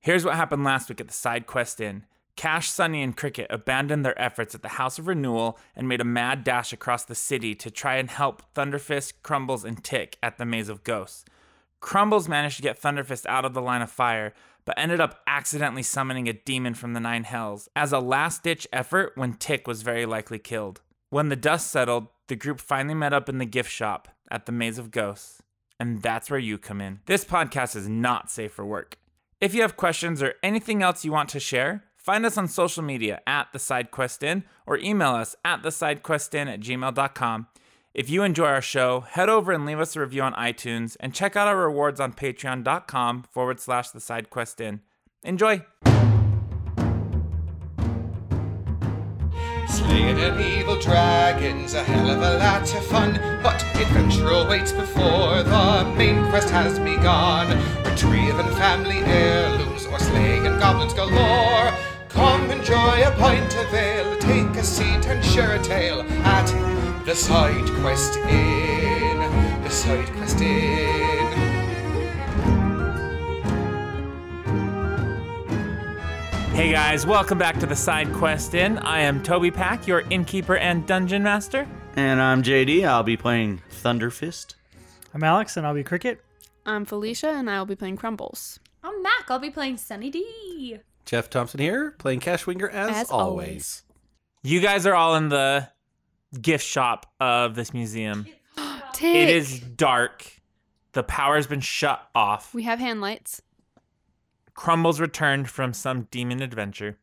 Here's what happened last week at the Side Quest Inn. Cash, Sunny, and Cricket abandoned their efforts at the House of Renewal and made a mad dash across the city to try and help Thunderfist, Crumbles, and Tick at the Maze of Ghosts. Crumbles managed to get Thunderfist out of the line of fire, but ended up accidentally summoning a demon from the Nine Hells as a last ditch effort when Tick was very likely killed. When the dust settled, the group finally met up in the gift shop at the Maze of Ghosts, and that's where you come in. This podcast is not safe for work. If you have questions or anything else you want to share, find us on social media at the SideQuest Inn or email us at the SideQuestIn at gmail.com. If you enjoy our show, head over and leave us a review on iTunes and check out our rewards on patreon.com forward slash the SideQuest Inn. Enjoy! Slaying an evil dragon's a hell of a lot of fun, but adventure awaits before the main quest has begun. Retrieving family heirlooms or slaying goblins galore. Come enjoy a pint of ale, take a seat and share a tale at the side quest inn. The side quest inn. Hey guys, welcome back to the SideQuest Inn. I am Toby Pack, your innkeeper and dungeon master. And I'm JD. I'll be playing Thunderfist. I'm Alex, and I'll be Cricket. I'm Felicia, and I will be playing Crumbles. I'm Mac. I'll be playing Sunny D. Jeff Thompson here, playing Cashwinger as, As always. You guys are all in the gift shop of this museum. Tick. It is dark. The power's been shut off. We have hand lights. Crumbles returned from some demon adventure.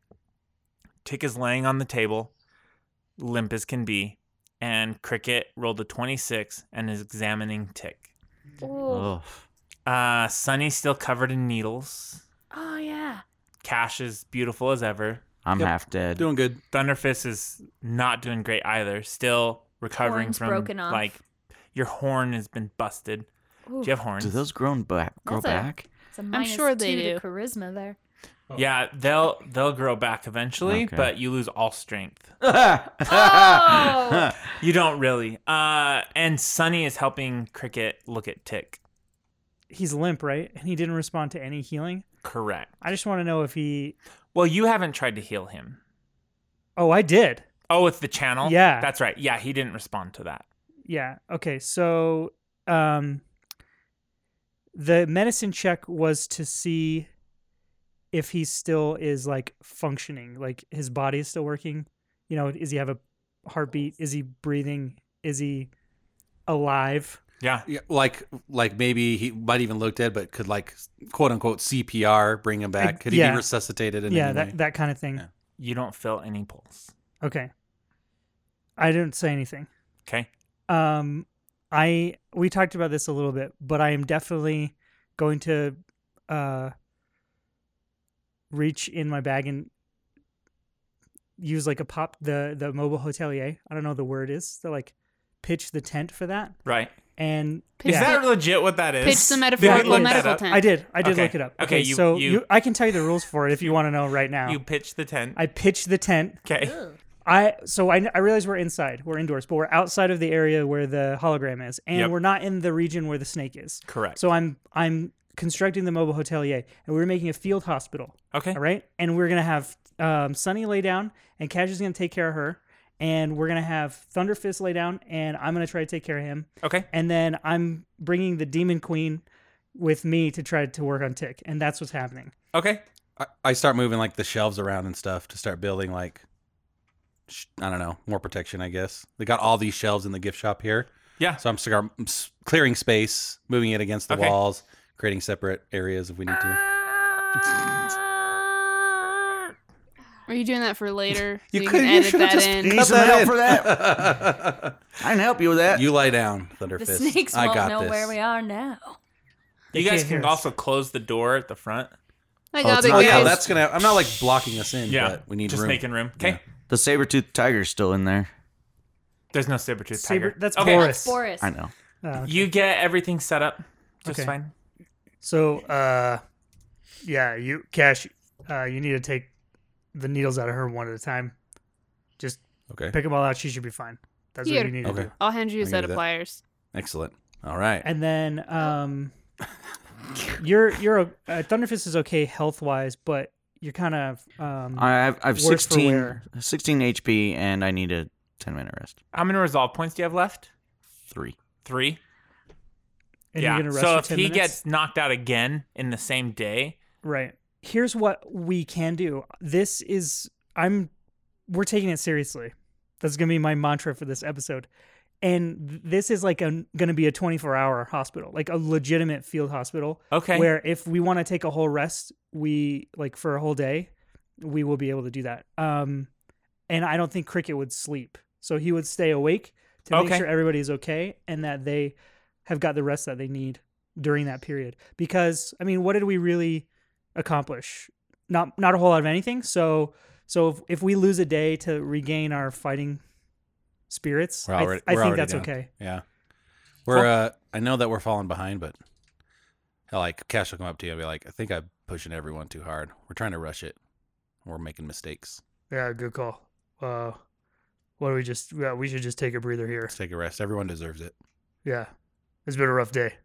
Tick is laying on the table, limp as can be, and Cricket rolled a 26 and is examining Tick. Oh, Uh, Sunny's still covered in needles. Oh yeah. Cash is beautiful as ever. I'm Yep. half dead. Doing good. Thunderfist is not doing great either. Still recovering Horn's from broken off. like your horn has been busted. Do you have horns? Do those grown back grow That's a- back? It's a minus sure two they to do. charisma there. Yeah, they'll they'll grow back eventually, Okay. but you lose all strength. Oh! You don't really. Uh, and Sunny is helping Cricket look at Tick. He's limp, right? And he didn't respond to any healing. Correct. I just want to know if he. Well, you haven't tried to heal him. Oh, I did. Oh, with the channel. Yeah. that's right. Yeah, he didn't respond to that. Yeah. Okay. So, um, the medicine check was to see if he still is like functioning, like his body is still working. You know, is he have a heartbeat? Is he breathing? Is he alive? Yeah. Yeah, like like maybe he might even look dead, but could like quote unquote CPR bring him back? Could he yeah. be resuscitated in yeah, any that way? that kind of thing. Yeah. You don't feel any pulse. Okay. I didn't say anything. Okay. um i we talked about this a little bit but i am definitely going to uh reach in my bag and use like a pop the the mobile hotelier i don't know what the word is to like pitch the tent for that Right. and Pitch yeah, the- Is that legit what that is? Pitch Did the I metaphorical look that medical up? tent. i did i did Okay. look it up Okay, you- so you- i can tell you the rules for it if you want to know right now You pitched the tent. i pitch the tent okay. I so I, I realize we're inside, we're indoors, but we're outside of the area where the hologram is, and Yep. we're not in the region where the snake is. Correct. So I'm I'm constructing the mobile hotelier, and we're making a field hospital. Okay. All right, and we're gonna have um, Sunny lay down, and Cash is gonna take care of her, and we're gonna have Thunderfist lay down, and I'm gonna try to take care of him, Okay. and then I'm bringing the Demon Queen with me to try to work on Tick, and that's what's happening. Okay. I, I start moving like the shelves around and stuff to start building like sh- I don't know more protection. I guess they got all these shelves in the gift shop here, Yeah. so I'm, cigar- I'm s- clearing space, moving it against the Okay. walls, creating separate areas if we need to. Are you doing that for later? You so could- you edit should've that just- in. Need some help for that? that. I can help you with that. You lie down, Thunderfist. The snakes I won't got know this. where we are now. You They guys can't can hear us. also close the door at the front. I Oh, got it's it, not- Oh yeah, guys. that's gonna. I'm not like blocking us in, but we need just room. making room. Okay. Yeah. the saber-toothed tiger's still in there. There's no saber tooth Saber- tiger. that's okay. Boris. Boris. I know. Uh, You get everything set up just Okay. fine. So, uh, yeah, you Cash, uh, you need to take the needles out of her one at a time. Just okay, pick them all out. She should be fine. That's Here. what you need Okay. to do. I'll hand you a I can set do of that. pliers. excellent. All right. And then, um, you're you're a uh, Thunderfist is okay health wise, but you're kind of um I have I've Worse for 16, wear. 16 HP and I need a ten minute rest. How many resolve points do you have left? Three. Three. and yeah. you're gonna rest so for if 10 he minutes. gets knocked out again in the same day, Right. Here's what we can do. This is I'm we're taking it seriously. That's going to be my mantra for this episode. And th- this is like a going to be a 24-hour hospital, like a legitimate field hospital okay. where if we want to take a whole rest, we like for a whole day, we will be able to do that. Um and I don't think Cricket would sleep. So he would stay awake to Okay. make sure everybody's okay and that they have got the rest that they need during that period. Because I mean, what did we really accomplish? Not not a whole lot of anything. So so if, if we lose a day to regain our fighting spirits, We're I, th- already- I we're think already that's down. okay. Yeah. We're uh I know that we're falling behind, but I like Cash will come up to you and be like, I think I'm pushing everyone too hard. We're trying to rush it. We're making mistakes. Yeah, good call. Uh, what do we just? Yeah, we should just take a breather here. Let's take a rest. Everyone deserves it. Yeah. It's been a rough day.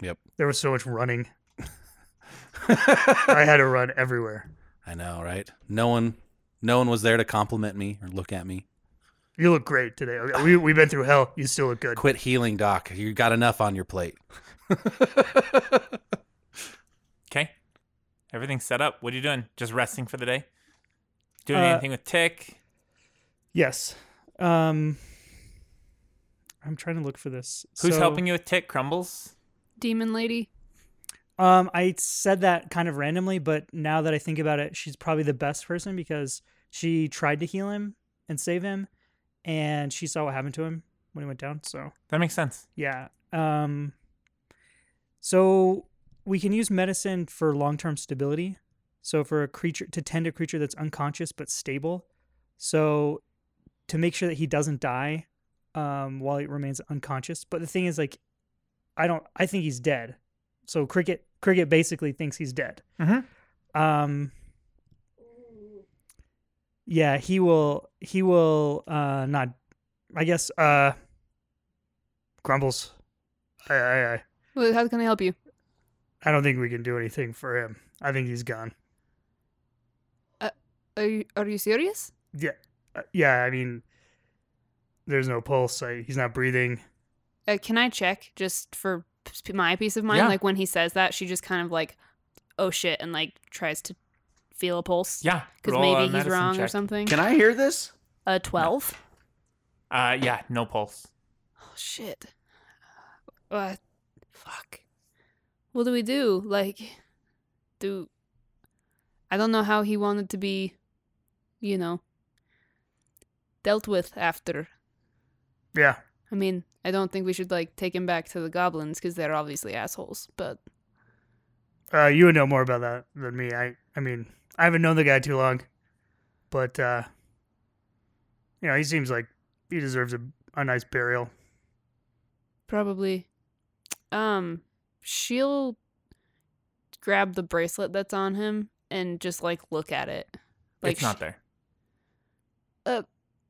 Yep. There was so much running. I I had to run everywhere. know, right? No one no one was there to compliment me or look at me. You look great today. We, we've been through hell. You still look good. Quit healing, Doc. You got enough on your plate. Okay. Everything's set up. What are you doing? Just resting for the day? Doing Uh, anything with Tick? Yes. Um, I'm trying to look for this. Who's helping you with Tick? Crumbles? Demon lady. Um, I said that kind of randomly, but now that I think about it, she's probably the best person because she tried to heal him and save him, and she saw what happened to him when he went down. So That makes sense. Yeah. Um so we can use medicine for long-term stability. So for a creature to tend a creature that's unconscious but stable. So to make sure that he doesn't die um while he remains unconscious. But the thing is like I don't I think he's dead. So cricket cricket basically thinks he's dead. Mhm. Um Yeah, he will he will uh not I guess uh Grumbles. I, I, I, Well, How can I help you? I don't think we can do anything for him. I think he's gone. Are you, are you serious? Uh, yeah, I mean, there's no pulse. I, he's not breathing. Uh, can I check just for p- my peace of mind? Yeah. Like when he says that, she just kind of like, oh shit, and like tries to feel a pulse. Yeah. Because roll a maybe he's medicine wrong or check. something. Can I hear this? A 12? Uh, yeah, no pulse. Oh shit. Uh, fuck. What do we do? Like, do. I don't know how he wanted to be, you know, dealt with after. Yeah. I mean, I don't think we should like take him back to the goblins because they're obviously assholes. But Uh, you would know more about that than me. I, I mean, I haven't known the guy too long, but uh, you know, he seems like he deserves a, a nice burial. Probably. Um, she'll grab the bracelet that's on him and just like look at it. Like, it's not there.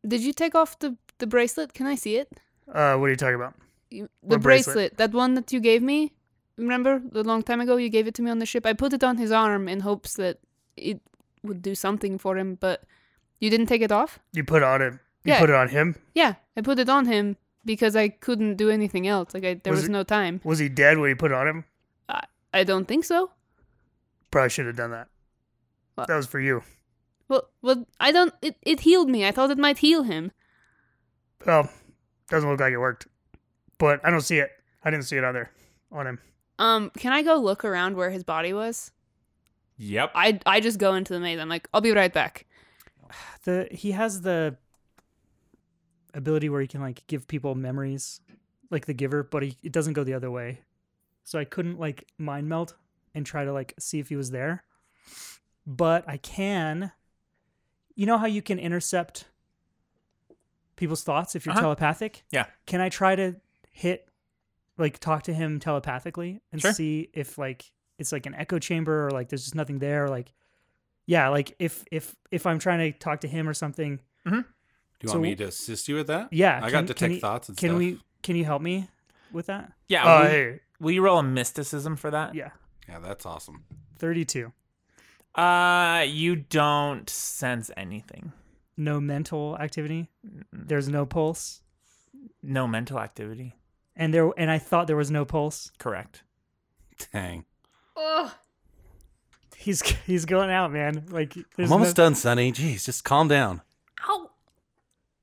did you take off the the bracelet? Can I see it? Uh, what are you talking about? You, the What bracelet? bracelet, that one that you gave me. Remember the long time ago you gave it to me on the ship. I put it on his arm in hopes that it would do something for him, but you didn't take it off. You put on it. You Yeah. put it on him. Yeah, I put it on him because I couldn't do anything else. Like I, there Was was it- no time. Was he dead when you put it on him? I don't think so. Probably should have done that. What? That was for you. Well, well, I don't. It, it healed me. I thought it might heal him. Well, doesn't look like it worked, but I don't see it. I didn't see it on there on him. Um, can I go look around where his body was? Yep. I I just go into the maze. I'm like, I'll be right back. The he has the ability where he can like give people memories, like the giver, but he, it doesn't go the other way. So I couldn't like mind melt and try to like see if he was there, but I can. You know how you can intercept people's thoughts if you're Uh-huh. telepathic. Yeah. Can I try to hit, like, talk to him telepathically and Sure. see if like it's like an echo chamber or like there's just nothing there? Or, like, yeah, like if if if I'm trying to talk to him or something, Do you So- want me to assist you with that? yeah. I can- got can detect you- thoughts and Can stuff. we? Can you help me with that? yeah. Oh, will, hey, will you roll a mysticism for that? yeah. Yeah, that's awesome. 32. Uh, you don't sense anything. No mental activity. There's no pulse. No mental activity. And there and I thought there was no pulse. Correct. Dang. Oh, He's he's going out, man. Like there's I'm almost no, done, Sonny. Jeez, just calm down. ow.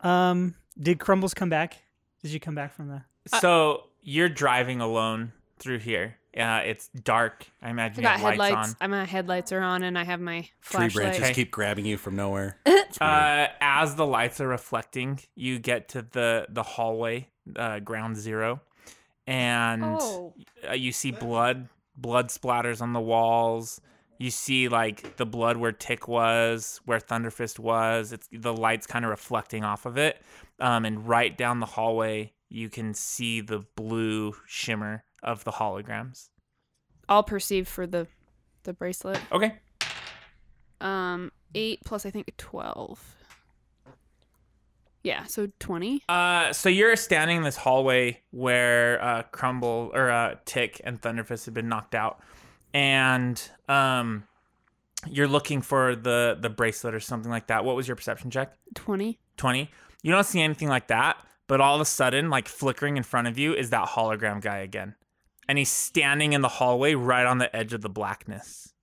Um did Crumbles come back? Did you come back from the so you're driving alone through here. Uh, it's dark. I I imagine you got have lights, headlights. I My headlights are on, and I have my Tree flashlight. branches keep grabbing you from nowhere. It's on. weird. Uh, as the lights are reflecting, you get to the the hallway, uh, ground zero, and Oh. uh, you see blood. Blood splatters on the walls. You see like the blood where Tick was, where Thunderfist was. It's the lights kind of reflecting off of it. Um, and right down the hallway, you can see the blue shimmer of the holograms. I'll perceive for the the bracelet. Okay. Um, eight plus I think twelve. Yeah, so twenty. Uh, so you're standing in this hallway where uh, Crumble or uh, Tick and Thunderfist have been knocked out, and um, you're looking for the the bracelet or something like that. What was your perception check? Twenty. 20. You don't see anything like that, but all of a sudden, like flickering in front of you, is that hologram guy again. And he's standing in the hallway right on the edge of the blackness.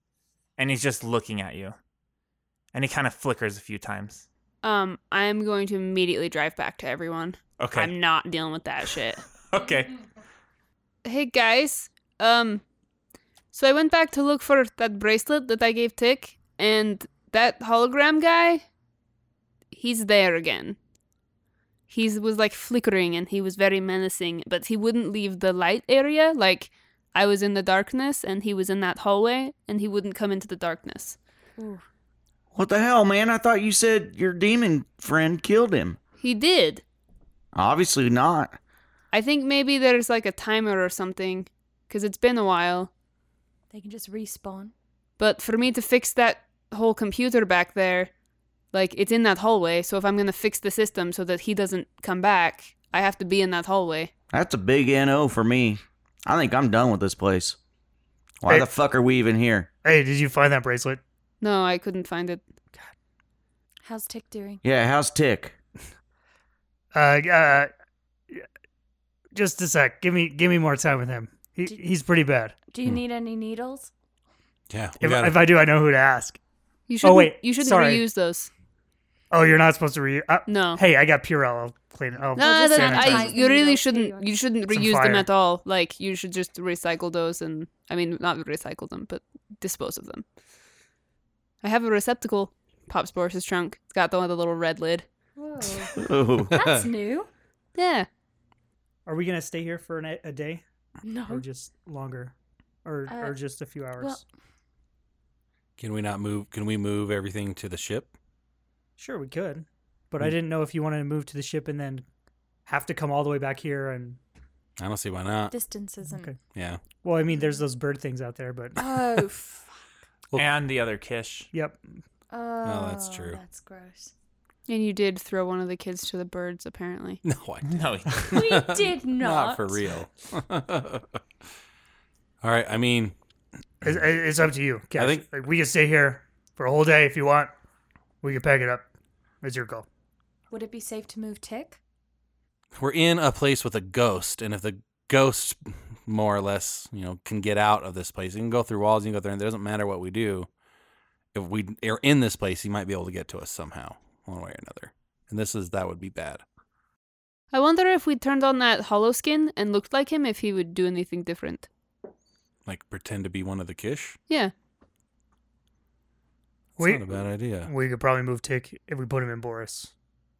And he's just looking at you. And he kind of flickers a few times. Um, I'm going to immediately drive back to everyone. Okay. I'm not dealing with that shit. okay. hey guys, um, so I went back to look for that bracelet that I gave Tick, and that hologram guy, he's there again. He was like flickering and he was very menacing, but he wouldn't leave the light area. Like, I was in the darkness and he was in that hallway and he wouldn't come into the darkness. What the hell, man? I thought you said your demon friend killed him. He did. Obviously not. I think maybe there's like a timer or something because it's been a while. They can just respawn. But for me to fix that whole computer back there, like it's in that hallway. So if I'm going to fix the system so that he doesn't come back, I have to be in that hallway. That's a big NO for me. I think I'm done with this place. Why Hey. the fuck are we even here? Hey, did you find that bracelet? No, I couldn't find it. How's Tick doing? Yeah, how's Tick? Uh uh just a sec. Give me give me more time with him. He, he's pretty bad. Do you need any needles? yeah, we If, gotta- if I do, I know who to ask. You should Oh, wait, you shouldn't sorry. reuse those. Oh, you're not supposed to re. Uh, No. Hey, I got Purell. I'll clean it. I'll No, We'll no, just no, I, sanitize you them. really They'll shouldn't. stay You shouldn't Some reuse them fire. at all. Like you should just recycle those, and I mean, not recycle them, but dispose of them. I have a receptacle, Pop's Boris's trunk. It's got the one with the little red lid. Whoa. Ooh. That's new. Yeah, Are we gonna stay here for an, a day or No. just longer, or Uh, or just a few hours? well- can we not move? Can we move everything to the ship? sure, we could, but Hmm. I didn't know if you wanted to move to the ship and then have to come all the way back here. And I don't see why not. Distance isn't. Okay. Yeah. well, I mean, there's those bird things out there, but Oh, f- Well- and the other Kish. yep. oh, that's true. That's gross. and you did throw one of the kids to the birds, apparently. No, I No. We did not. not for real. All right. I mean, It's, it's up to you. Cash. think- like, we can stay here for a whole day if you want. We can pack it up. It's your call. Would it be safe to move Tick? we're in a place with a ghost, and if the ghost, more or less, you know, can get out of this place, he can go through walls, he can go through, and it doesn't matter what we do. If we are in this place, he might be able to get to us somehow, one way or another. And this is that would be bad. I wonder if we turned on that hollow skin and looked like him, if he would do anything different. Like pretend to be one of the Kish. Yeah, It's We not a bad idea. we could probably move Tick if we put him in Boris.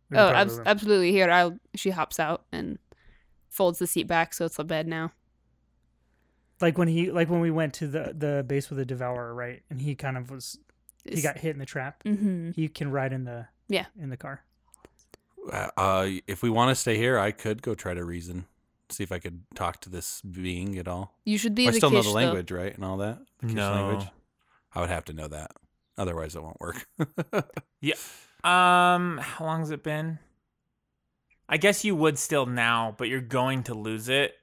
We could Oh, probably abs- move him. absolutely. Here, I'll. She hops out and folds the seat back, so it's a bed now. like when he like when we went to the the base with the devourer right and he kind of was he got hit in the trap Mm-hmm. he can ride in the Yeah. in the car Uh, uh, if we want to stay here, I could go try to reason, see if I could talk to this being at all. You should be. I the still know Kish, the though. language, right, and all that. The Kish No. language. I would have to know that, otherwise it won't work. Um, how long's it been? I guess you would still now, but you're going to lose it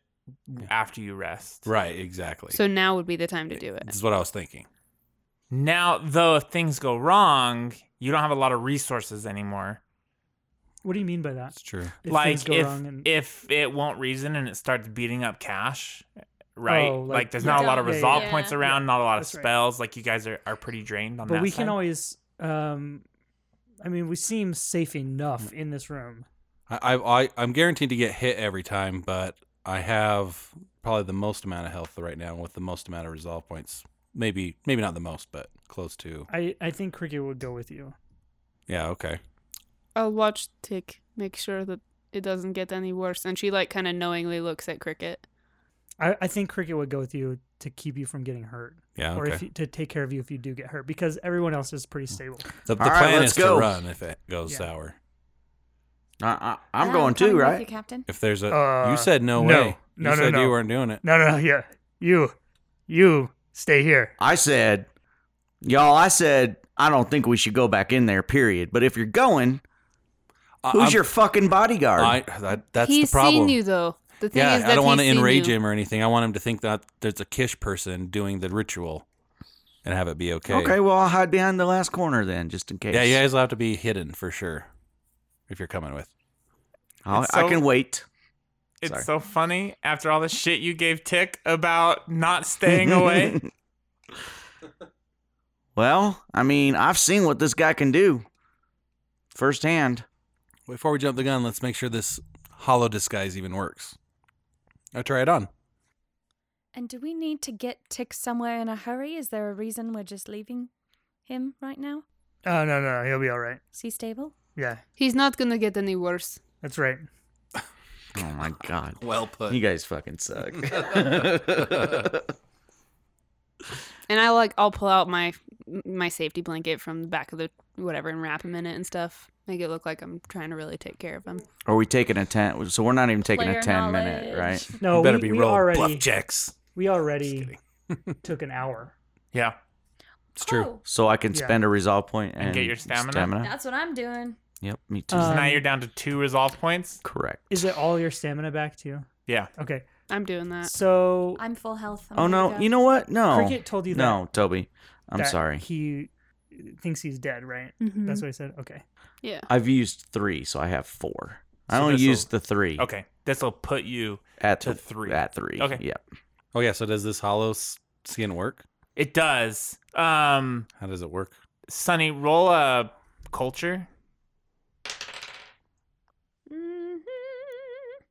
after you rest. Right, exactly. So now would be the time to do This it. is what I was thinking. Now, though, if things go wrong, you don't have a lot of resources anymore. What do you mean by that? true. If things like go if wrong and- if it won't reason and it starts beating up cash, right? Oh, like, like- there's Yeah. not a lot of Yeah, yeah, resolve yeah. points around, not a lot of That's right. spells. Like you guys are, are pretty drained on but that. we side. can always um i mean we seem safe Mm. enough in this room I, I, I I'm guaranteed to get hit every time, but I have probably the most amount of health right now with the most amount of resolve points. Maybe maybe not the most, but close to. i i think cricket would go with you Yeah, okay. I'll watch Tick, make sure that it doesn't get any worse. And she like kind of knowingly looks at Cricket. i i think cricket would go with you to keep you from getting hurt Yeah, or okay. if you, to take care of you if you do get hurt because everyone else is pretty stable the the All right, plan let's is go. to run if it goes Yeah. sour. I, I, Uh, Ah, I'm going too, with right? You, Captain. If there's a Uh, you said no, no. way. No, you no, said you no. weren't doing it. no no yeah you you stay here I said, y'all, I said, I don't think we should go back in there, period. But if you're going, I- who's I'm- your fucking bodyguard? I, that, that's he's the problem. seen you though. The thing yeah, is that I don't want to he's seen enrage you. him or anything. I want him to think that there's a Kish person doing the ritual, and have it be okay. okay, well, I'll hide behind the last corner then, just in case. Yeah, you guys will have to be hidden for sure if you're coming with. I'll, It's I so- can wait. It's Sorry. so funny after all the shit you gave Tick about not staying away. well, I mean, I've seen what this guy can do firsthand. Before we jump the gun, let's make sure this hollow disguise even works. I try it on. And do we need to get Tick somewhere in a hurry? Is there a reason we're just leaving him right now? oh no no he'll be all right Is he stable? yeah He's not gonna get any worse. that's right Oh my God. Well put. You guys fucking suck. And I like I'll pull out my my safety blanket from the back of the whatever and wrap him in it and stuff. Make it look like I'm trying to really take care of him. Are we taking a 10? So we're not even taking Player a 10 minute, knowledge. right? no better we, be we rolling already bluff checks. we already took an hour yeah, It's true. Oh, So I can Yeah. spend a resolve point and, And get your stamina? that's what I'm doing. Yep, me too. so now Um, you're down to two resolve points. Correct. is it all your stamina back too Yeah, okay I'm doing that. so I'm full health. I'm oh ready to no! go. You know what? No, cricket told you that no, Toby. I'm that sorry. He thinks he's dead, right? mm-hmm. Mhm. That's what he said. Okay. Yeah. I've used three, so I have four. I So only this'll- used the three. okay, this will put you. At to the three. At three. Okay. Yep. Oh yeah. So does this hollow s- skin work? It does. Um, How does it work? Sonny, roll a culture. Mhm. Mm-hmm.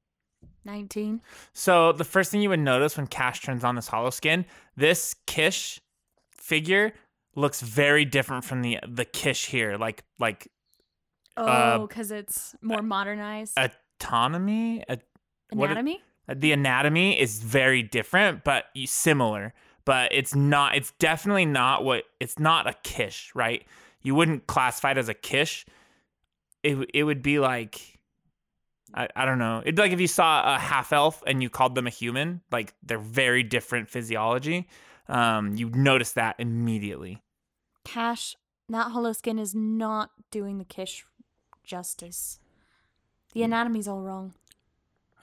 19. So the first thing you would notice when Cash turns on this hollow skin, this Kish figure looks very different from the the Kish here. Like like Uh, Oh, because it's more modernized. autonomy, a- Uh, what it- Anatomy? the anatomy is very different, but y- similar. But it's not. It's definitely not what. It's not a Kish, right? You wouldn't classify it as a Kish. It w- it would be like. I, I don't know. It'd be like if you saw a half elf and you called them a human, like they're very different physiology. Um, you notice that immediately. Cash, that hollow skin is not doing the Kish justice. The anatomy's all wrong.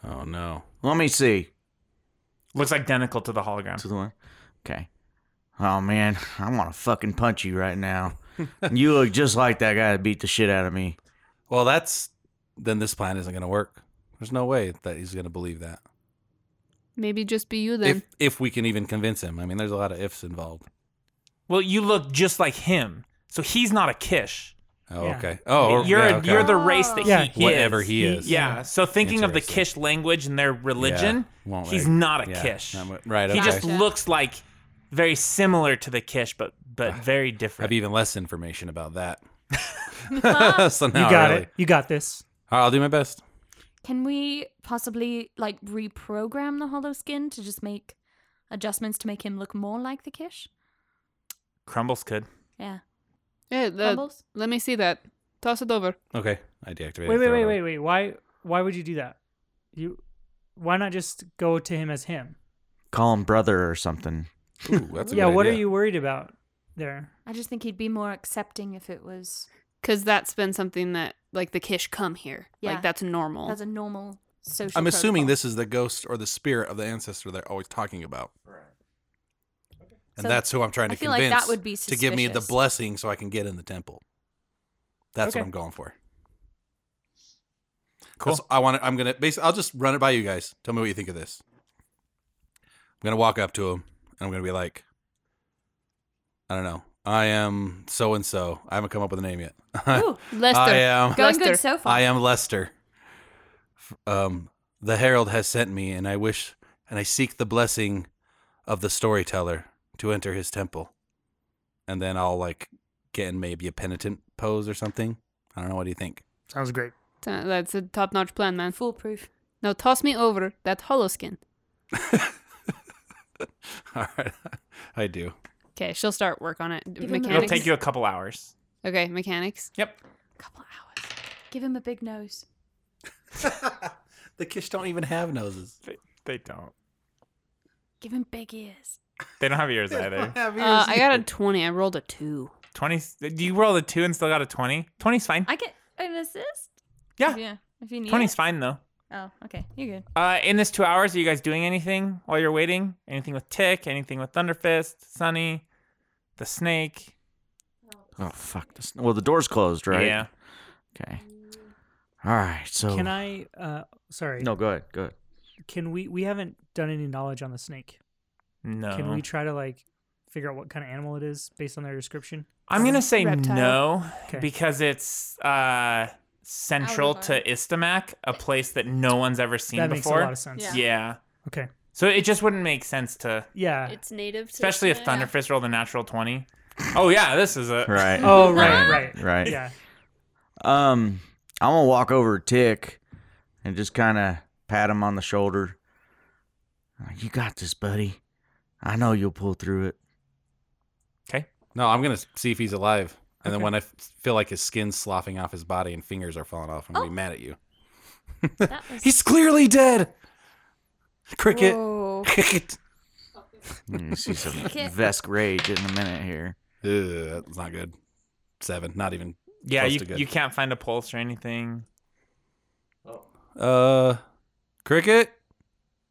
Oh no. Let me see. Looks identical to the hologram. To the one. Okay. Oh man, I want to fucking punch you right now. you look just like that guy that beat the shit out of me. Well, that's then this plan isn't going to work. There's no way that he's going to believe that. Maybe just be you then. If if we can even convince him. I mean, there's a lot of ifs involved. Well, you look just like him, so he's not a Kish. Oh Yeah. okay. Oh, or- you're yeah, okay. you're the race that Yeah. he whatever is. he is. Yeah. So thinking of the Interesting. Kish language and their religion, Yeah, won't he's work. not a Yeah, Kish. not what- right. He okay. just Gotcha. looks like very similar to the Kish, but but very I have different. even less information about that. so You now, got really. it. You got this. All right, I'll do my best. Can we possibly like reprogram the hollow skin to just make adjustments to make him look more like the Kish? Crumbles could. Yeah. yeah, the- Crumbles? let me see that. Toss it over. Okay, I deactivated. Wait, wait, throw it wait, away. wait, wait. Why? Why would you do that? You, why not just go to him as him? Call him brother or something. Ooh, that's a yeah. good What are idea. you worried about there? I just think he'd be more accepting if it was Because that's been something that, like, the Kish come here. Yeah. Like, that's normal. as a normal social. I'm assuming protocol. this is the ghost or the spirit of the ancestor they're always talking about. And So, that's who I'm trying to I feel like convince that would be to give me the suspicious. blessing so I can get in the temple. That's what Okay. I'm going for. Cool. That's- I want to, I'm going to basically, I'll just run it by you guys. Tell me what you think of this. I'm going to walk up to him and I'm going to be like, I don't know. I am so and so. I haven't come up with a name yet. Ooh, Lester. I am going Lester. good so far. I am Lester. F- Um, the herald has sent me, and I wish and I seek the blessing of the storyteller to enter his temple. And then I'll like get in maybe a penitent pose or something. I don't know. What do you think? Sounds great. Uh, That's a top notch plan, man. foolproof. Now toss me over that hollow skin. All right, I do. Okay, she'll start work on it. him a- mechanics. It'll take you a couple hours. Okay, mechanics. Yep. Couple hours. Give him a big nose. the Kish don't even have noses. They, they don't. Give him big ears. They don't have ears either. Uh, I got a 20. I rolled a 2. 20. Do you roll a 2 and still got a 20? 20's fine. I get an assist. Yeah. Yeah. If you need. 20's fine though. it. Oh, okay. You're good. Uh, in this two hours, are you guys doing anything while you're waiting? Anything with Tick? Anything with Thunderfist? Sunny? The snake? Oh fuck this. Well, the door's closed, right? Yeah. Okay. All right. So Can I? Uh, sorry. No, go ahead. Go ahead. Can we? We haven't done any knowledge on the snake. No. Can we try to like figure out what kind of animal it is based on their description? I'm gonna say Reptile. no Okay. because it's uh, central Out of to Istamak, a place that no one's ever seen that makes a before. lot of sense. Yeah. yeah. Okay. So it just wouldn't make sense to, Yeah. It's native to especially if Thunderfist rolled a natural twenty. Oh yeah, this is a Right. oh right, right, Right. Yeah. Um, I'm gonna walk over to Tick and just kind of pat him on the shoulder. Uh, You got this, buddy. I know you'll pull through it. okay. No, I'm gonna see if he's alive. And then when I f- feel like his skin's sloughing off his body and fingers are falling off, I'm gonna be mad at you. That was He's clearly dead. Cricket. Whoa. Cricket. You're gonna see some Tick. Vesk rage in a minute here. Ugh, that's not good. Seven, not even. Yeah, Close you to good. you can't find a pulse or anything. Uh, cricket.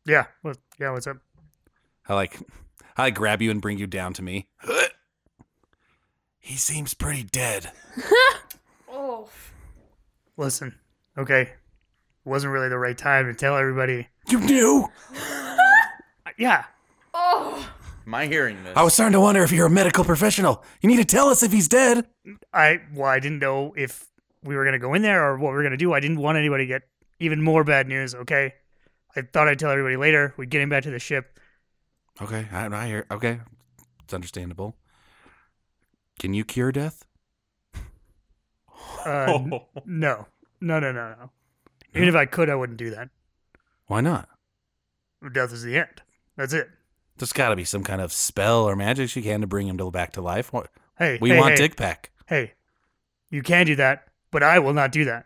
Yeah. Well, yeah. What's up? I like, I grab you and bring you down to me. He seems pretty dead. Listen. Okay. Wasn't really the right time to tell everybody. You knew. Yeah. Am I hearing this? I was starting to wonder if you're a medical professional. You need to tell us if he's dead. I well, I didn't know if we were gonna go in there or what we were gonna do. I didn't want anybody to get even more bad news. Okay, I thought I'd tell everybody later. We'd get him back to the ship. Okay, I, I hear. Okay, it's understandable. Can you cure death? Uh, n- Oh. no, no, no, no, no. Even if I could, I wouldn't do that. Why not? Death is the end. That's it. There's got to be some kind of spell or magic she can to bring him to, back to life. What- Hey, We hey, want hey, Dick Pack. Hey, you can do that, but I will not do that.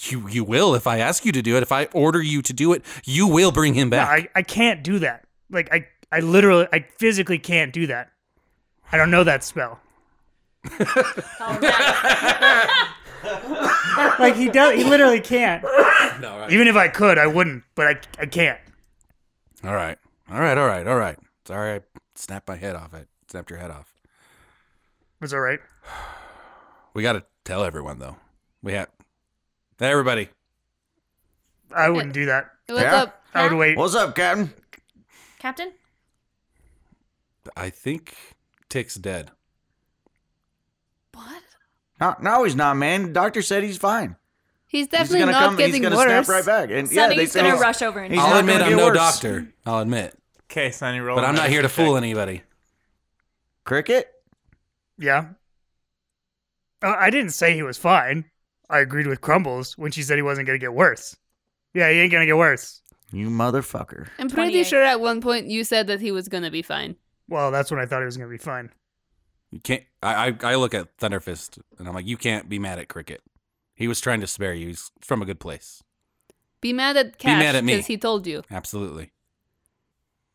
You you will if I ask you to do it. If I order you to do it, you will bring him No, back. I I can't do that. Like I I literally I physically can't do that. I don't know that spell. like he does, he literally can't. no, all right. Even if I could, I wouldn't, but I, I can't. all right, all right, all right, all right. Sorry, I snapped my head off. I snapped your head off. It's all right. We got to tell everyone though. We have everybody. I wouldn't do that. What's Yeah. up? I would wait. What's up, Captain? Captain. I think Tick's dead. What? No, no, he's not, man. The doctor said he's fine. He's he's definitely gonna not come. getting he's gonna worse. snap right back. And yeah, they Sonny's said gonna he's- rush over and. he's I'll not admit gonna I'm get no worse. doctor. I'll admit, Okay, Sunny roll. but I'm not another here to fool check. anybody. Cricket. Yeah. Uh, I didn't say he was fine. I agreed with Crumbles when she said he wasn't going to get worse. Yeah, he ain't going to get worse. You motherfucker. I'm pretty 28. sure at one point you said that he was gonna be fine. Well, that's when I thought he was going to be fine. You can't. I, I I look at Thunderfist and I'm like, you can't be mad at Cricket. He was trying to spare you. He's from a good place. Be mad at Cash mad at me. because he told you. Absolutely.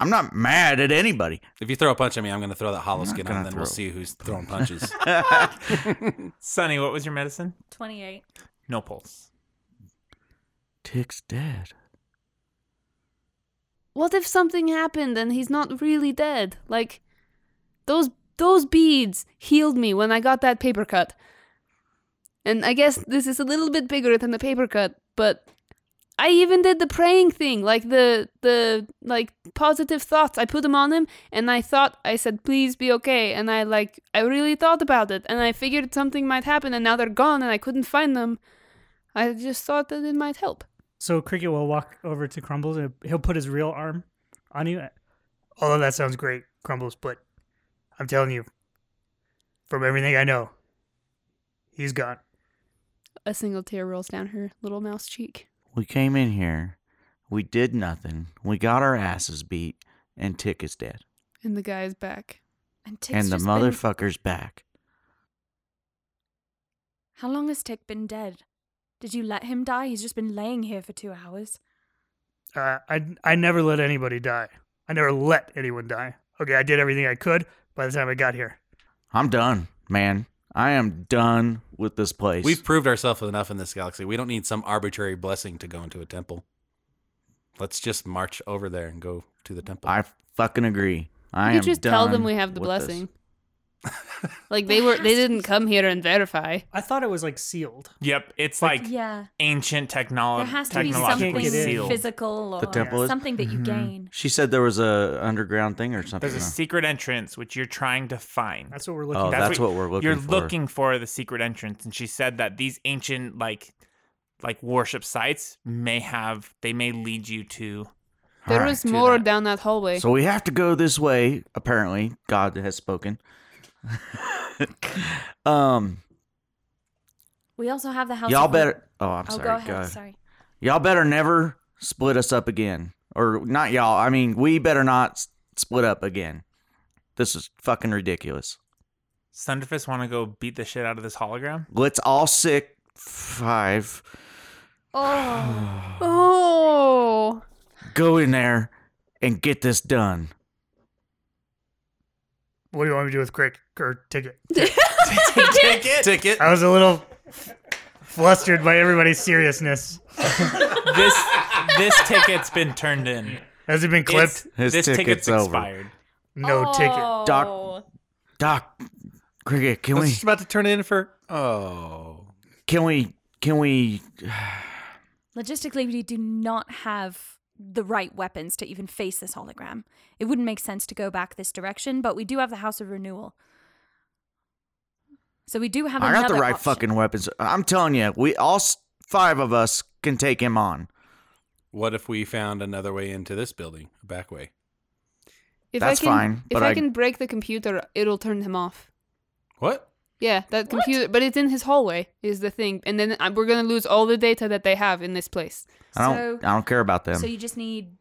I'm not mad at anybody. If you throw a punch at me, I'm going to throw that hollow I'm not skin on, gonna and then we'll throw- see who's throwing punches. Sunny, what was your medicine? Twenty-eight. No pulse. Tick's dead. What if something happened and he's not really dead? Like those those beads healed me when I got that paper cut. And I guess this is a little bit bigger than the paper cut, but I even did the praying thing, like the the like positive thoughts. I put them on him and I thought I said please be okay and I like I really thought about it and I figured something might happen and now they're gone and I couldn't find them. I just thought that it might help. So Cricket will walk over to Crumbles and he'll put his real arm on you. Although Oh, that sounds great, Crumbles, but I'm telling you, from everything I know, he's gone. A single tear rolls down her little mouse cheek. We came in here. We did nothing. We got our asses beat, and Tick is dead. And the guy is back. And, Tick's and the just Been, motherfucker's back. how long has Tick been dead? Did you let him die? He's just been laying here for two hours. Uh, I I never let anybody die. I never let anyone die. Okay, I did everything I could by the time I got here. I'm done, man. I am done with this place. We've proved ourselves enough in this galaxy. We don't need some arbitrary blessing to go into a temple. Let's just march over there and go to the temple. I fucking agree. I you am could just tell them done we have the with this. blessing. like they were, they didn't come here and verify. I thought it was like sealed. Yep, it's like yeah, ancient there technology. has to be something technologically Can't get in. sealed. physical or The temple is- something that you gain. She said there was a underground thing or something. There's a huh? secret entrance which you're trying to find. That's what we're looking oh, for. that's that's what what, we're looking you're for. looking for the secret entrance and she said that these ancient like like worship sites may have they may lead you to There Alright, was do more that. down that hallway. So we have to go this way. Apparently, God has spoken. um, We also have the house. y'all of Hol- better. Oh, I'm Oh, sorry. go ahead. God. Sorry. Y'all better never split us up again, or not y'all. I mean, we better not s- split up again. This is fucking ridiculous. Thunderfist want to go beat the shit out of this hologram. Let's all sick five Oh, oh, go in there and get this done. What do you want me to do with Crick or Ticket? Ticket. Ticket. I was a little flustered by everybody's seriousness. This this ticket's been turned in. Has it been clipped? It's- His this ticket's, ticket's over. expired. No ticket. Oh. Doc- Doc, cricket, can It's we just about to turn in for oh. can we can we Logistically, we do not have the right weapons to even face this hologram. It wouldn't make sense to go back this direction, but we do have the House of Renewal. So we do have. I got the another right option. fucking weapons. I'm telling you, we all s- five of us can take him on. What if we found another way into this building, a back way? if That's I can, fine, If but I, I- can break the computer, it'll turn him off. What? Yeah, that computer, but it's in his hallway is the thing, and then uh, we're gonna lose all the data that they have in this place. I don't So- I don't care about them. So you just need.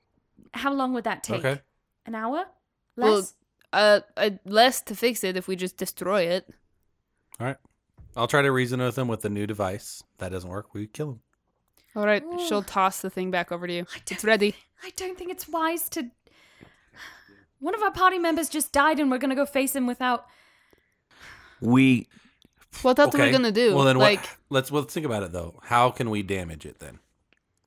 How long would that take? Okay. An hour? Less. Well, Uh, uh, less to fix it if we just destroy it. All right. I'll try to reason with him with the new device. If that doesn't work. We kill him. All right, Ooh. she'll toss the thing back over to you. I don't It's ready. I don't think it's wise to. One of our party members just died, and we're gonna go face him without. we What else are we Okay. gonna do? Well, then like what? Let's well, let's think about it though. How can we damage it then?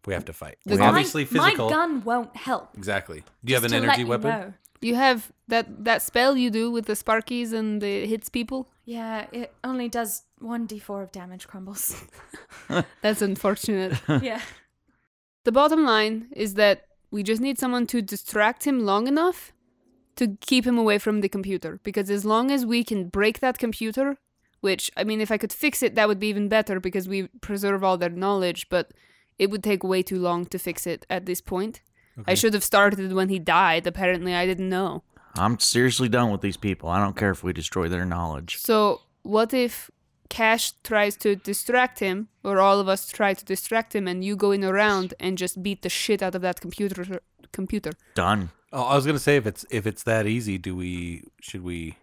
If we have to fight. The gun- Obviously, my, physical. My gun won't help. Exactly. Do you have Just an to let energy you weapon? know. you have that that spell you do with the sparkies and the hits people. Yeah, it only does one d4 of damage. Crumbles. That's unfortunate. yeah. The bottom line is that we just need someone to distract him long enough to keep him away from the computer. Because as long as we can break that computer, which, I mean, if I could fix it, that would be even better because we preserve all their knowledge, but it would take way too long to fix it at this point. I should have started when he died. Apparently, I didn't know. I'm seriously done with these people. I don't care if we destroy their knowledge. So, what if Cash tries to distract him, or all of us try to distract him, and you go in around and just beat the shit out of that computer? Computer. Done. Oh, I was gonna say if it's if it's that easy, do we should we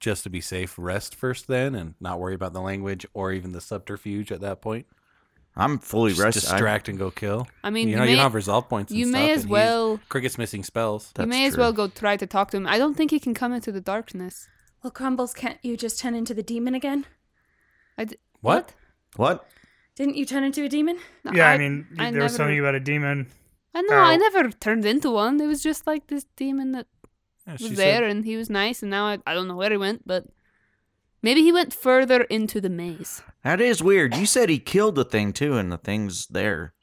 just to be safe rest first then and not worry about the language or even the subterfuge at that point? I'm fully Just rested. distract and go kill. I mean, you you know you may- don't have resolve points. and you stuff, may as and he's- well- Cricket's missing spells. That's you may as true. well go try to talk to him. I don't think he can come into the darkness. Well, Crumbles, can't you just turn into the demon again? I d- What? What? Didn't you turn into a demon? No, yeah, I, mean, I there was never- something about a demon. I know. I Oh. never turned into one. It was just like this demon that Yeah, was she there, said- and he was nice. And now I, I don't know where he went, but maybe he went further into the maze. That is weird. You said he killed the thing too, and the thing's there.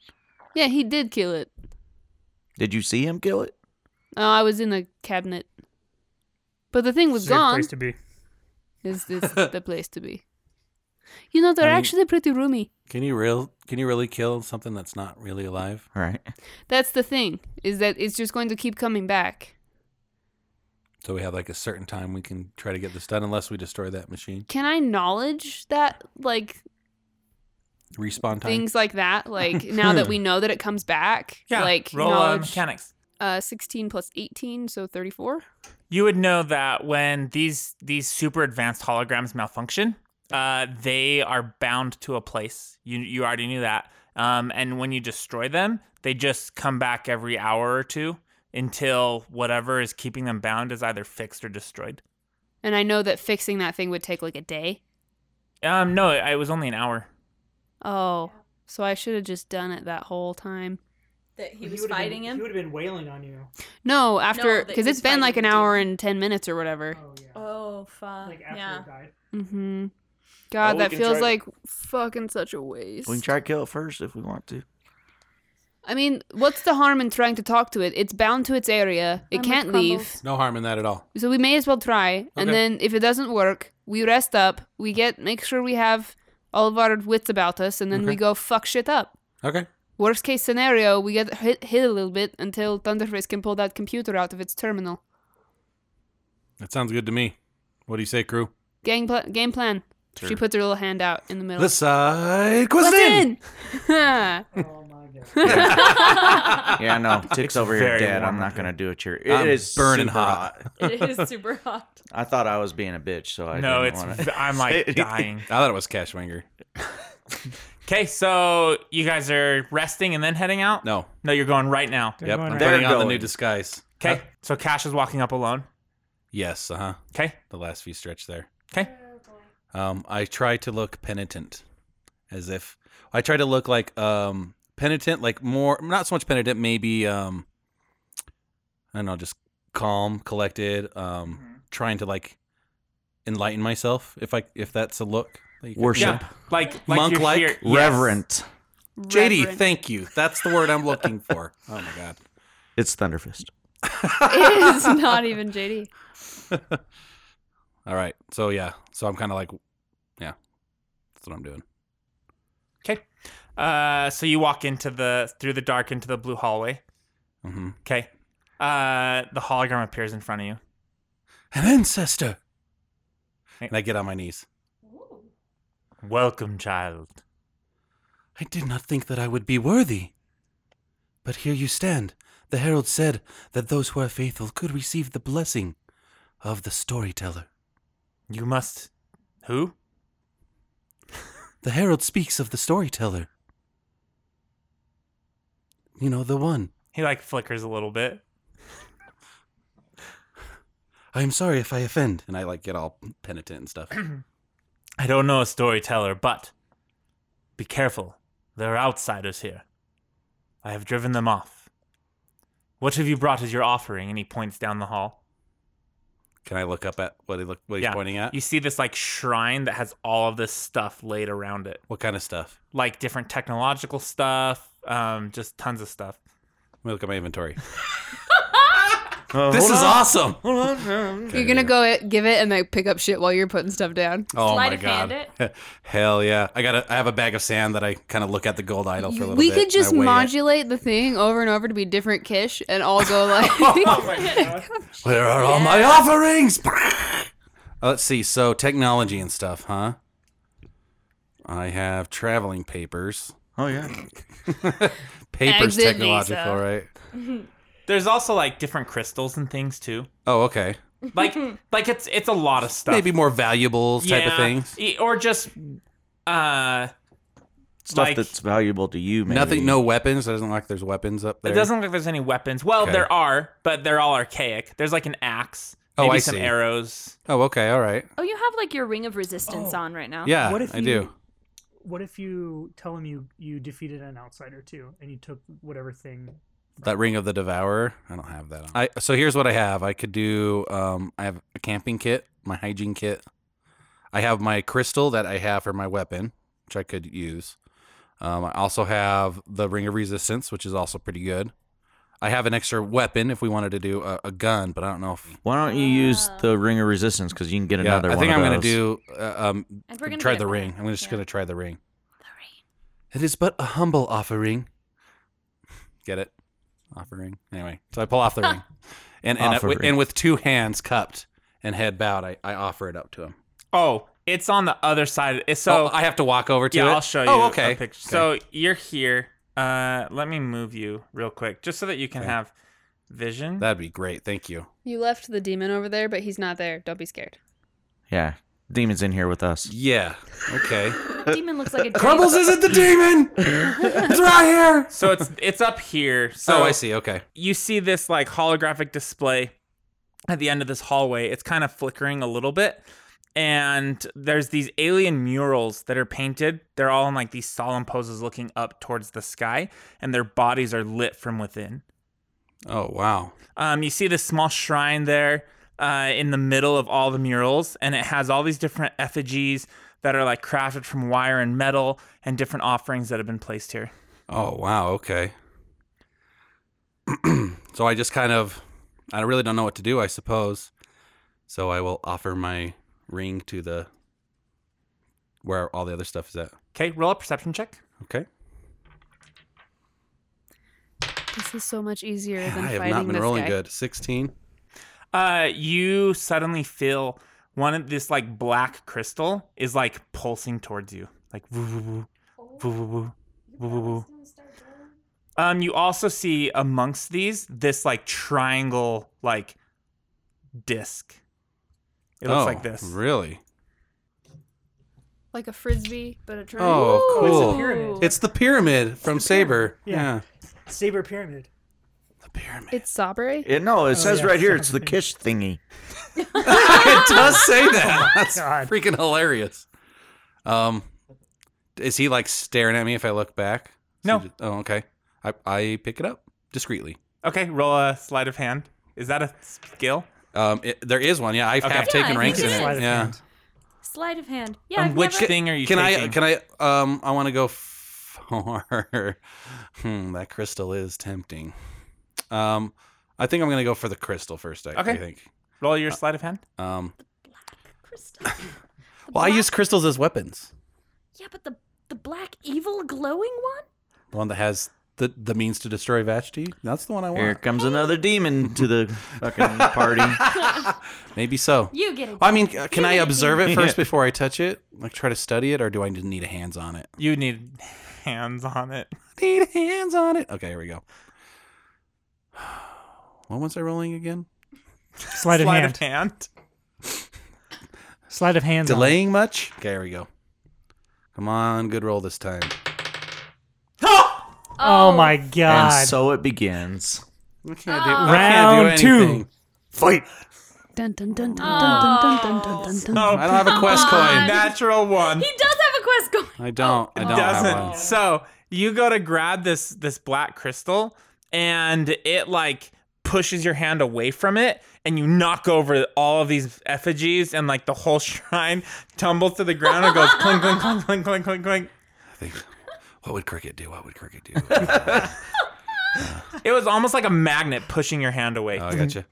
Yeah, he did kill it. Did you see him kill it? Oh, I was in a cabinet, but the thing was Safe gone. place to be. Is this the place to be? You know, they're I mean- actually pretty roomy. Can you real? Can you really kill something that's not really alive? Right. That's the thing. Is that it's just going to keep coming back. So we have like a certain time we can try to get this done, unless we destroy that machine. Can I knowledge that like Respawn time. things like that? Like now that we know that it comes back, Yeah, like roll uh, knowledge. mechanics. uh, 16 plus 18, so 34. You would know that when these these super advanced holograms malfunction, uh, they are bound to a place. You you already knew that. Um, and when you destroy them, they just come back every hour or two until whatever is keeping them bound is either fixed or destroyed. And I know that fixing that thing would take like a day. Um, no, it, it was only an hour. Oh, so I should have just done it that whole time. That he was fighting him. have been wailing on you. No, after that he because was it's been like an fighting the hour and 10 minutes or whatever. Oh yeah. Oh fuck! yeah. died. Mm-hmm. God, we that can try feels to- like fucking such a waste. We can try to kill it first if we want to. I mean, what's the harm in trying to talk to it? It's bound to its area. It I'm with can't Crumbles. leave. no harm in that at all. So we may as well try. And Okay. then if it doesn't work, we rest up. We get make sure we have all of our wits about us, and then we Okay. go fuck shit up. Okay. Worst case scenario, we get hit, hit a little bit until Thunderfist can pull that computer out of its terminal. That sounds good to me. What do you say, crew? Gang pl- game plan. She puts her little hand out in the middle. The side quest What's in. in? oh my god. Yeah, I know. Tick's over here very dead. I'm warm not up gonna do it here. It is I'm burning super hot. It is super hot. I thought I was being a bitch, so I no, didn't it's wanna- v- I'm like dying. I thought it was Cashwanger. Okay, so you guys are resting and then heading out. No. no, you're going right now. They're yep. going around. I'm putting on the They're new going. disguise. Okay, Huh? so Cash is walking up alone. yes. Uh huh. Okay, The last few stretch there. okay. Um, I try to look penitent, as if I try to look like um penitent, like more not so much penitent, maybe um, I don't know, just calm, collected, um, Mm-hmm. trying to like enlighten myself, if I if that's a look. that you could- Worship. Yeah, like, like you're Monk-like? here- yes. Reverent. JD, Reverend. thank you. That's the word I'm looking for. Oh my god. It's Thunderfist. it is not even JD. All right. So yeah. So I'm kind of like, yeah, that's what I'm doing. Okay. Uh, so you walk into the through the dark into the blue hallway. Mm-hmm. Okay. Uh, the hologram appears in front of you. An ancestor. And I get on my knees. Welcome, child. I did not think that I would be worthy. But here you stand. The herald said that those who are faithful could receive the blessing of the storyteller. You must. Who? The herald speaks of the storyteller. You know, the one. He like flickers a little bit. I am sorry if I offend. And I like get all penitent and stuff. I don't know a storyteller, but be careful. There are outsiders here. I have driven them off. What have you brought as your offering? And he points down the hall. Can I look up at what he look what he's pointing at? You see this like shrine that has all of this stuff laid around it, What kind of stuff? like different technological stuff, um, just tons of stuff. Let me look at my inventory. Uh, this hold is on. awesome. You're gonna go it, give it and like pick up shit while you're putting stuff down. Oh Sleight my of god! hand it. Hell yeah! I got a, I have a bag of sand that I kind of look at the gold idol for a You- little we bit. could and just I weigh it. modulate the thing over and over to be different kish and all go like Oh Where are all my offerings? Uh, Let's see. So technology and stuff, huh? I have traveling papers. Oh yeah. Papers Exit technological, visa. right? There's also like different crystals and things too. Oh, okay. Like, like it's it's a lot of stuff. Maybe more valuables type of things. e- Or just uh, Stuff Like- that's valuable to you, maybe. Nothing. No weapons. It doesn't look like there's weapons up there. It doesn't look like there's any weapons. Well, Okay. there are, but they're all archaic. There's like an axe, Oh, maybe I some see. arrows. Oh, okay. All right. Oh, you have like your ring of resistance on right now. Yeah, What if I you- do. what if you tell him you you defeated an outsider too, and you took whatever thing? That Ring of the Devourer. I don't have that. On. I so here's what I have. I could do. Um, I have a camping kit, my hygiene kit. I have my crystal that I have for my weapon, which I could use. Um, I also have the Ring of Resistance, which is also pretty good. I have an extra weapon if we wanted to do a, a gun, but I don't know if. Why don't you use Ah. the ring of resistance? Because you can get Yeah, another. I think one I'm of gonna those. do. Uh, um, And we're gonna try get the one. ring. I'm just Yeah. gonna try the ring. The ring. It is but a humble offering. Get it? Offering. Anyway, so I pull off the ring, and and, Offering. and with two hands cupped and head bowed, I, I offer it up to him. Oh, it's on the other side. It's so So I have to walk over to yeah, it. I'll show you. Oh, a okay. picture. So you're here. Uh, let me move you real quick, just so that you can Okay. have vision. that'd be great. Thank you. You left the demon over there, but he's not there. Don't be scared. Yeah, demons in here with us. Yeah. Okay. Demon looks like a Crumbles isn't the demon. it's right here. so it's it's up here. So So Oh, I see. Okay. you see this like holographic display at the end of this hallway. It's kind of flickering a little bit. And there's these alien murals that are painted. They're all in like these solemn poses looking up towards the sky, and their bodies are lit from within. Oh wow. Um, you see this small shrine there uh, in the middle of all the murals, and it has all these different effigies that are like crafted from wire and metal and different offerings that have been placed here. Oh wow. Okay. so I just kind of, I really don't know what to do. I suppose. So I will offer my ring to the where all the other stuff is at. Okay, roll a perception check. Okay. This is so much easier than I have fighting not been this rolling guy. good. Sixteen. Uh, you suddenly feel one of this like black crystal is like pulsing towards you, like woo woo woo, Oh. woo woo woo, woo woo woo. Um, you also see amongst these this like triangle like disc. It looks oh, like this. Really? Like a frisbee, but a drone. Oh, It's cool. a pyramid. It's the pyramid from Saber. Yeah. Saber pyramid. The pyramid. It's Sabre. It, no, it says Oh, yeah, right here. sounds It's the Kish thingy. familiar. it does say that. That's God. freaking hilarious. Um, is he like staring at me if I look back? No. So- Oh, okay. I I pick it up discreetly. Okay, roll a sleight of hand. Is that a skill? Um, it, there is one. Yeah, I Okay. have Yeah, taken I ranks in think it it. Sleight of Yeah. hand. Sleight of hand. Yeah. Um, I've which never... thing are you Can I? taking? Can I? Um, I want to go for. hmm, that crystal is tempting. Um, I think I'm gonna go for the crystal first. I, I Okay. think. roll your sleight of hand? Um, Crystal. well, I use crystals as weapons. Yeah, but the the black evil glowing one. The one that has the the means to destroy Vashti. That's the one I Here want. comes another demon to the fucking party. Maybe so. You get it. I mean, uh, can I observe it first Yeah. before I touch it? Like try to study it, or do I just need hands on it? You need hands on it. Need hands on it. Okay, here we go. What was I rolling again? Sleight of sleight hand. of hand. Sleight of hand. Delaying much? Okay, here we go. Come on, good roll this time. Oh, my and god. so it begins. I can't do, I Round can't do two. anything. Fight. Dun dun dun Oh. dun dun dun dun dun dun dun. No, I don't have a quest coin. natural one. He does have a quest going. I don't. I It don't have doesn't. one. So you go to grab this this black crystal, and it like pushes your hand away from it, and you knock over all of these effigies, and like the whole shrine tumbles to the ground and goes clink clink clink clink clink clink clink. I think. What would Cricket do? What would Cricket do? It was almost like a magnet pushing your hand away. Oh, I gotcha.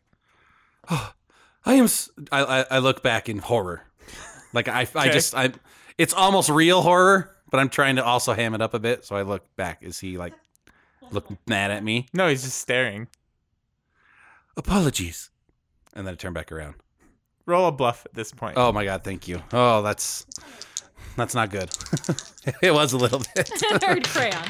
Oh, I am. s- I, I I look back in horror. Like I I Okay. just I. It's almost real horror, but I'm trying to also ham it up a bit. So I look back. Is he like look mad at me? No, he's just staring. Apologies. And then I turn back around. Roll a bluff at this point. Oh my god, thank you. Oh, that's that's not good. it was a little bit. Nerd crayon.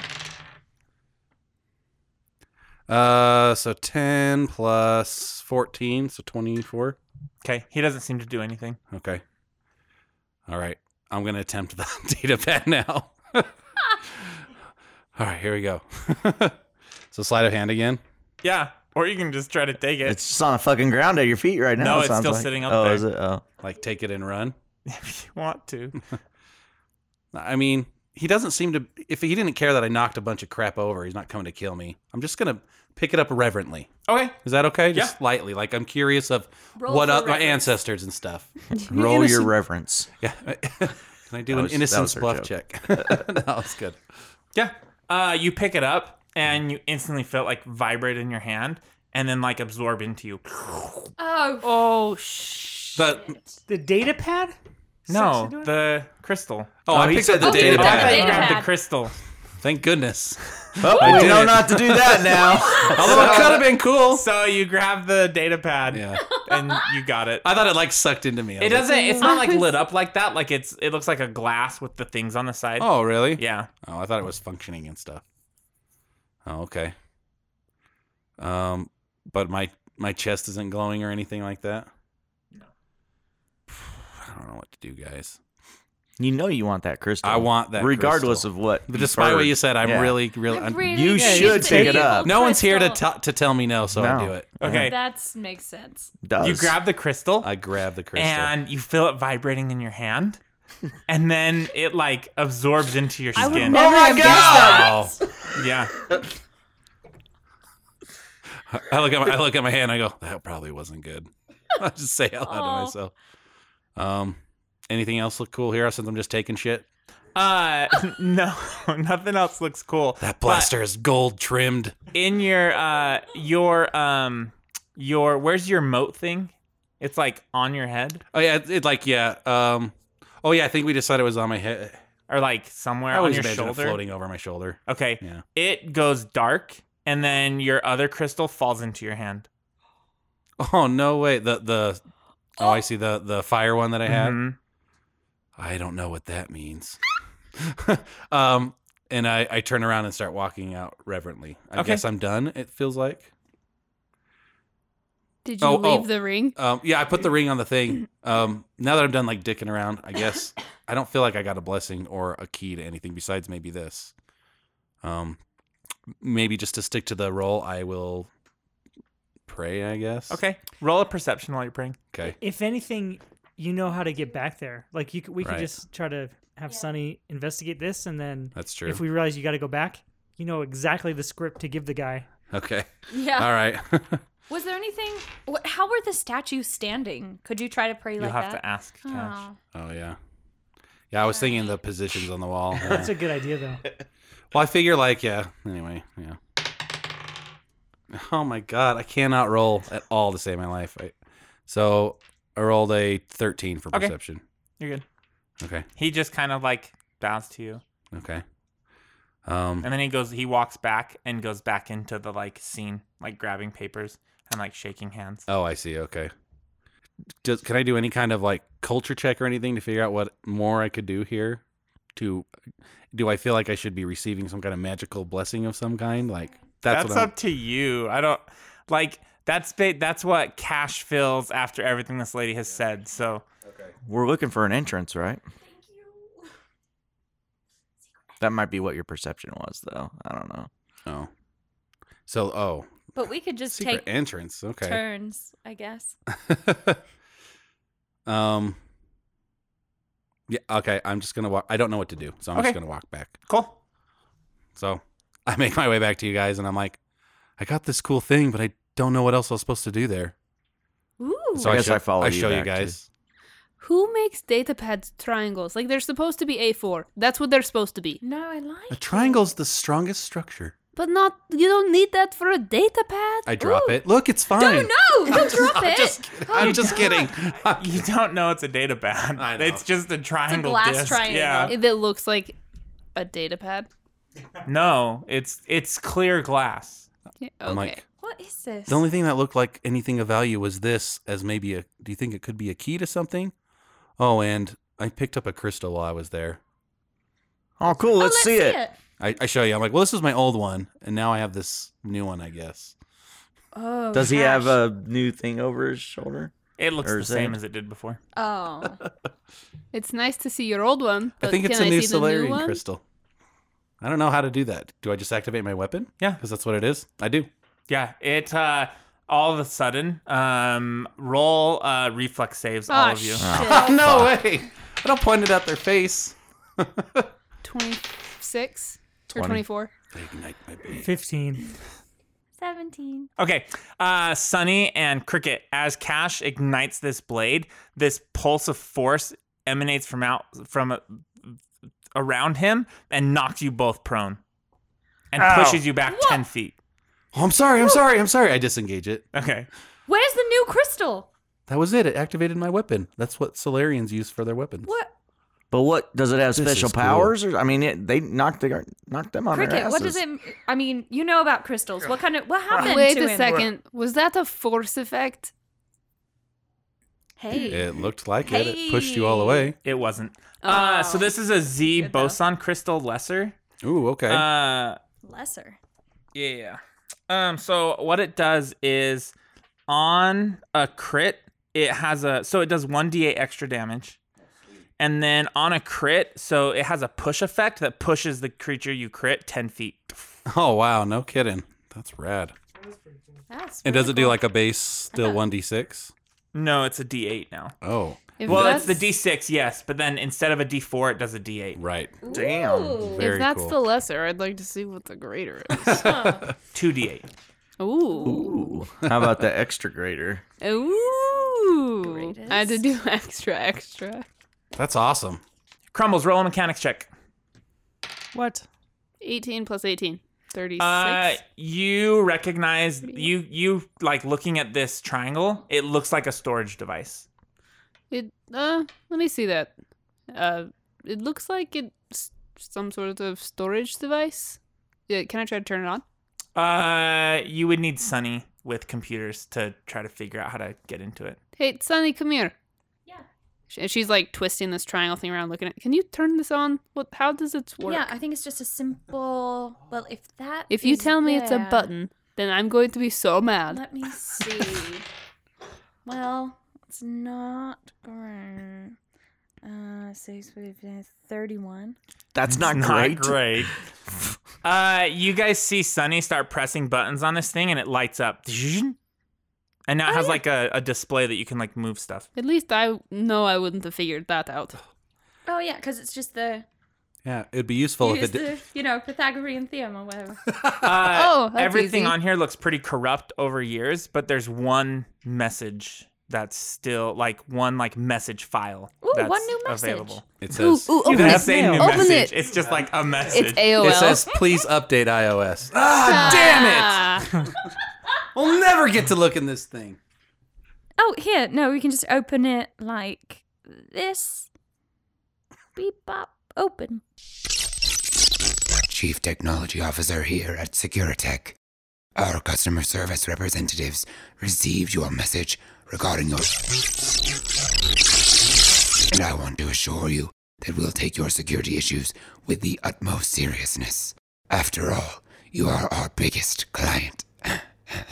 Uh, so ten plus fourteen, so twenty-four. Okay, he doesn't seem to do anything. Okay. All right. I'm going to attempt the data pad now. All right, here we go. so sleight of hand again. Yeah, or you can just try to take it. It's just on a fucking ground at your feet right now. No, it it's sounds still like. sitting up oh, there. is it? Oh, Like take it and run. if you want to. I mean, he doesn't seem to. If he didn't care that I knocked a bunch of crap over, he's not coming to kill me. I'm just gonna pick it up reverently. Okay. Is that okay? Yeah. Just lightly. Like I'm curious of Roll what for up my reference. ancestors and stuff. Roll your innocent- reverence. Yeah. Can I do That was- that an was innocence her bluff joke. check? that was good. Yeah. Uh, you pick it up and you instantly feel it, like vibrate in your hand and then like absorb into you. Oh, Oh sh. But The data pad? No, Sucks into it? the crystal. oh, I he picked said up the the data. data Oh, I thought you Data grabbed the pad. crystal. Thank goodness. Oh, I we did know it. not to do that now. Although it could have been Oh. cool. So you grab the data pad Yeah. and you got it. I thought it like sucked into me. I It was like, doesn't. It's not like lit up like that. Like it's. It looks like a glass with the things on the side. Oh, really? Yeah. Oh, I thought it was functioning and stuff. Oh, okay. Um, but my my chest isn't glowing or anything like that. No. I don't know what to do, guys. you know you want that crystal. I want that regardless crystal. of what. But you've despite what heard. you said, I'm Yeah. really, really. I'm, you should pick it up. Oh, no one's here to t- to tell me no, so I No. do it. Okay. That makes sense. Does. You grab the crystal I grab the crystal. and you feel it vibrating in your hand, and then it like absorbs into your I would skin. Oh never have guessed that. Wow. yeah. I look at my, I look at my hand. I go, that probably wasn't good. I just say out loud Aw. to myself. Um, anything else look cool here since I'm just taking shit? Uh, no, nothing else looks cool. That blaster is gold trimmed. In your uh, your um, your where's your moat thing? It's like on your head Oh yeah, it, it like yeah. Um, oh yeah, I think we decided it was on my head. or like somewhere I on always your imagine it shoulder. floating over my shoulder. Okay. Yeah. It goes dark, and then your other crystal falls into your hand. Oh no way. The the oh I see the the fire one that I had. Mhm. I don't know what that means. um, and I I turn around and start walking out reverently. I Okay. guess I'm done. It feels like. Did you Oh, leave oh. the ring? Um, yeah, I put the ring on the thing. Um, now that I'm done like dicking around, I guess I don't feel like I got a blessing or a key to anything besides maybe this. Um, maybe just to stick to the role, I will pray. I guess. Okay. Roll a perception while you're praying. Okay. If anything, you know how to get back there. Like you, c- we Right. could just try to have Sunny investigate this, and then That's true. if we realize you got to go back, you know exactly the script to give the guy. okay. Yeah. All right. Was there anything? What, how were the statues standing? Could you try to pray You'll like have that? to ask Cash. oh yeah. Yeah, I was thinking the positions on the wall. Yeah. That's a good idea, though. Well, I figure like yeah. Anyway, yeah. Oh my god, I cannot roll at all to save my life. I, so I rolled a thirteen for Okay. perception. You're good. Okay. He just kind of like bows to you, Okay. Um. and then he goes. He walks back and goes back into the like scene, like grabbing papers and like shaking hands. Oh, I see. Okay. Does can I do any kind of like culture check or anything to figure out what more I could do here? To do I feel like I should be receiving some kind of magical blessing of some kind? Like that's, that's what I'm, up to you. I don't like. That's ba- that's what Cash feels after everything this lady has said. So We're looking for an entrance, right? That might be what your perception was, though. I don't know. Oh. So oh, But we could just secret take entrance. Okay. turns, I guess. um. Yeah. Okay. I'm just gonna walk. I don't know what to do, so I'm Okay. just gonna walk back. cool. So I make my way back to you guys and I'm like, I got this cool thing, but I don't know what else I was supposed to do there. Ooh. So I guess show, I follow I you show you back, guys. Who makes data pads triangles? Like they're supposed to be A4. That's what they're supposed to be. No, I like. A triangle's the strongest structure. But not you don't need that for a data pad. I drop it. Look, it's fine. No, no, don't drop I'm it. just kidding. I'm just kidding. You don't know it's a data pad. I know. It's just a triangle. glass disc. triangle. Yeah. It- That looks like a data pad. No, it's it's clear glass. Yeah, okay. I'm like, What is this? the only thing that looked like anything of value was this as maybe a do you think it could be a key to something? Oh, and I picked up a crystal while I was there. Oh, cool. Let's, see, it. I, I show you. I'm like, well, this was my old one, and now I have this new one, I guess. Oh, Does he gosh. have a new thing over his shoulder? It looks Or the is it- same as it did before. Oh, it's nice to see your old one. But I think it's can a I new see the new Solarian one? crystal. I don't know how to do that. Do I just activate my weapon? Yeah. because that's what it is. I do. Yeah. It uh all of a sudden, um roll uh reflex saves, all Ah, of you. shit. no way! I don't point it at their face. 26 or Twenty. 24. Ignite my blade. 15. 17. Okay. Uh, Sunny and Cricket, as Cash ignites this blade, this pulse of force emanates from out from uh, around him and knocks you both prone, and pushes you back ten feet. Oh, I'm sorry. I'm sorry. I'm sorry. I disengage it. Okay. Where's the new crystal? That was it. It activated my weapon. That's what Solarians use for their weapons. What? But what does it have? This Special is cool. powers? Or I mean, it, they knocked the knocked them on their Cricket, asses. what does it? I mean, you know about crystals. What kind of? What Ah, happened Wait to a him? second. Was that a force effect? Hey, It looked like it. It pushed you all away. It wasn't. Uh, so Oh. this is a Z Good though. boson crystal lesser. Ooh, okay. Uh, lesser. Yeah. Um. So what it does is, on a crit, it has a so it does one d8 extra damage, and then on a crit, so it has a push effect that pushes the creature you crit ten feet. oh wow, no kidding. That's rad. That's And does it do like a base still one d six? No, it's a d8 now. Oh, If well, it's the that's- d6, yes, but then instead of a d4, it does a d8. right. Damn. Very If that's cool. the lesser, I'd like to see what the greater is. Two d8. Ooh. Ooh. How about the extra grader? Ooh. I had to do extra, extra. That's awesome. Crumbles. Roll a mechanics check. What? 18 plus 18. 36. Uh, you recognize you you like looking at this triangle. It looks like a storage device. it, uh, let me see that. Uh, it looks like it's some sort of storage device. Yeah, can I try to turn it on? Uh, you would need Sunny with computers to try to figure out how to get into it. Hey, Sunny, come here. Yeah. Sh- And she's like twisting this triangle thing around, looking at. Can you turn this on? What? How does it work? Yeah, I think it's just a simple. Well, if that. If you is tell me it's a there- button, then I'm going to be so mad. Let me see. well, it's not great. Uh, six, five, uh, 31. That's not It's great. great. uh, you guys see Sunny start pressing buttons on this thing, and it lights up. And now it has like a, a display that you can like move stuff. At least I know I wouldn't have figured that out. Oh, yeah, because it's just the, Yeah, it'd be useful use Oh, if it. Did. the, you know, Pythagorean theorem or whatever. Uh, Oh, that's everything easy. on here looks pretty corrupt over years, but there's one message that's still like one like message file Ooh, that's one new message. available. It Ooh, says. ooh, It open doesn't it! say new Open message. it. It's just like a message. It's AOL. It says, please update iOS. Ah, Damn it! we'll never get to look in this thing. Oh, here. No, we can just open it like this. Beep bop. Open. Chief Technology Officer here at Securitech. Our customer service representatives received your message regarding your. And I want to assure you that we'll take your security issues with the utmost seriousness. After all, you are our biggest client.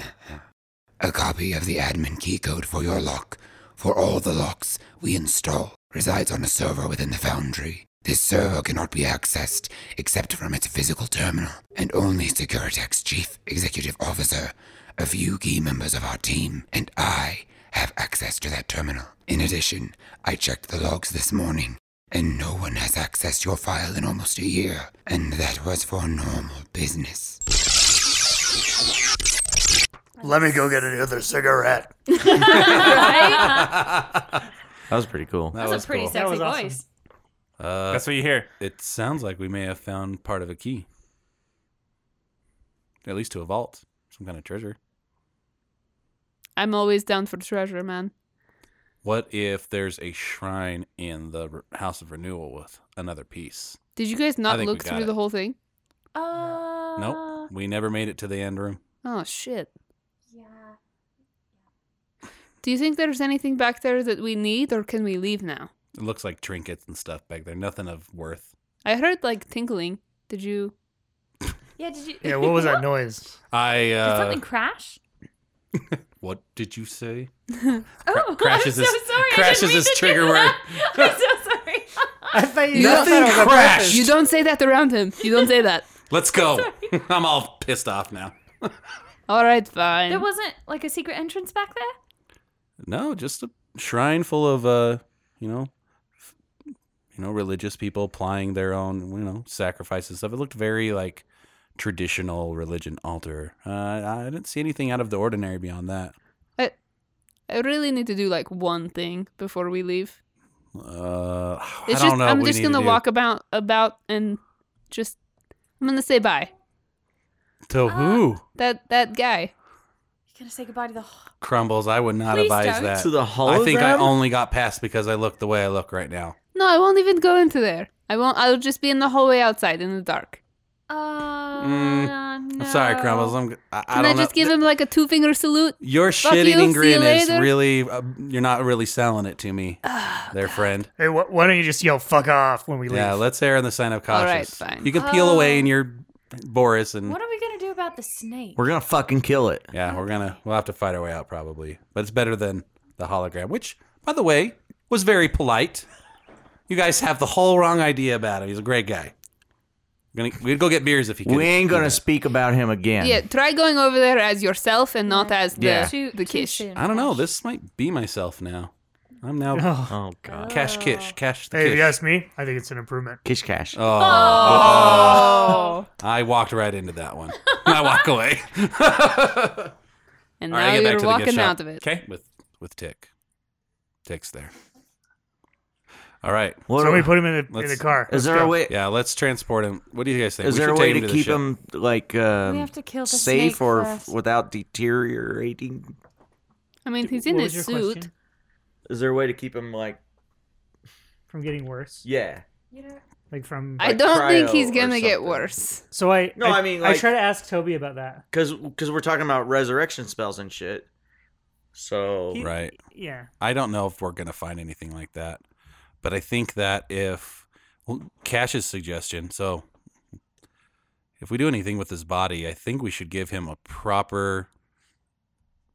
A copy of the admin key code for your lock, for all the locks we install, resides on a server within the Foundry. This server cannot be accessed except from its physical terminal, and only Securitech's Chief Executive Officer, a few key members of our team, and I have access to that terminal. In addition, I checked the logs this morning, and no one has accessed your file in almost a year, and that was for normal business. Let me go get another cigarette. That was pretty cool. That was pretty cool. That was awesome. Uh, That's what you hear. it sounds like we may have found part of a key. At least to a vault, some kind of treasure. I'm always down for treasure, man. What if there's a shrine in the Re- House of Renewal with another piece? Did you guys not think we look got through it. the whole thing? Uh, nope. We never made it to the end room. Oh shit! Yeah. Do you think there's anything back there that we need, or can we leave now? It looks like trinkets and stuff back there. Nothing of worth. I heard like tinkling. Did you? Yeah, did you? Yeah, what was that noise? I Did uh something crash? what did you say? Oh, crashes I'm so his- sorry. I crashes didn't mean his to do trigger that. I'm so sorry. I thought you Nothing I thought it was on crashed. purpose. You don't say that around him. You don't say that. Let's go. I'm all pissed off now. All right, fine. there wasn't like a secret entrance back there. No, just a shrine full of uh, you know, f- you know, religious people applying their own, you know, sacrifices and stuff. It looked very like traditional religion altar. Uh, I didn't see anything out of the ordinary beyond that. I really need to do like one thing before we leave. Uh, It's I don't just know. I'm what we just need to gonna do. walk about about and just I'm gonna say bye. to who That that guy. You're gonna say goodbye to the. wh- crumbles. I would not Please advise don't. that. to the hologram. I think I only got past because I look the way I look right now. No, I won't even go into there. I won't. I'll just be in the hallway outside in the dark. Uh, Mm, I'm sorry, Crumbles. no. I'm. I, I Can I, don't know. just give him like a two finger salute? Your Fuck shit you, see eating you grin is later. really. Uh, you're not really selling it to me, there, friend. Hey, wh- why don't you just yell "fuck off" when we leave? Yeah, let's err on the sign of All caution. right, fine. Um, You can peel away Oh. in your Boris, and What are we gonna do about the snake? We're gonna fucking kill it. yeah, we're gonna we'll have to fight our way out probably. But it's better than the hologram, which, by the way, was very polite. You guys have the whole wrong idea about him. He's a great guy. We're gonna, we'd go get beers if he. could. We ain't gonna speak about him again. Yeah, try going over there as yourself and not Yeah. as the Yeah. Too- the too kish. soon. I don't know. This might be myself now. I'm now Oh. Oh god. Cash Kish. Cash the Hey, if Kish. you ask me, I think it's an improvement. Kish cash. Oh. Oh. I walked right into that one. I walk away And All now right, get back to you're the gift walking shop. out of it. Okay. with with Tick. Tick's there. All right. What Somebody put him in the, in let's- the car. is Let's there a go. way? Yeah, let's transport him. What do you guys think? Is We there a should way take to the keep ship. him like um, We have to kill the safe snake or first. without deteriorating? I mean, he's in What his was your suit. question? Is there a way to keep him like From getting worse, yeah? like from. I Like don't think cryo he's or gonna get something. worse. so I. No, I mean, I like- try to ask Toby about that. Because because we're talking about resurrection spells and shit. So He- Right. Yeah. I don't know if we're going to find anything like that. But I think that if well, Cash's suggestion, so if we do anything with his body, I think we should give him a proper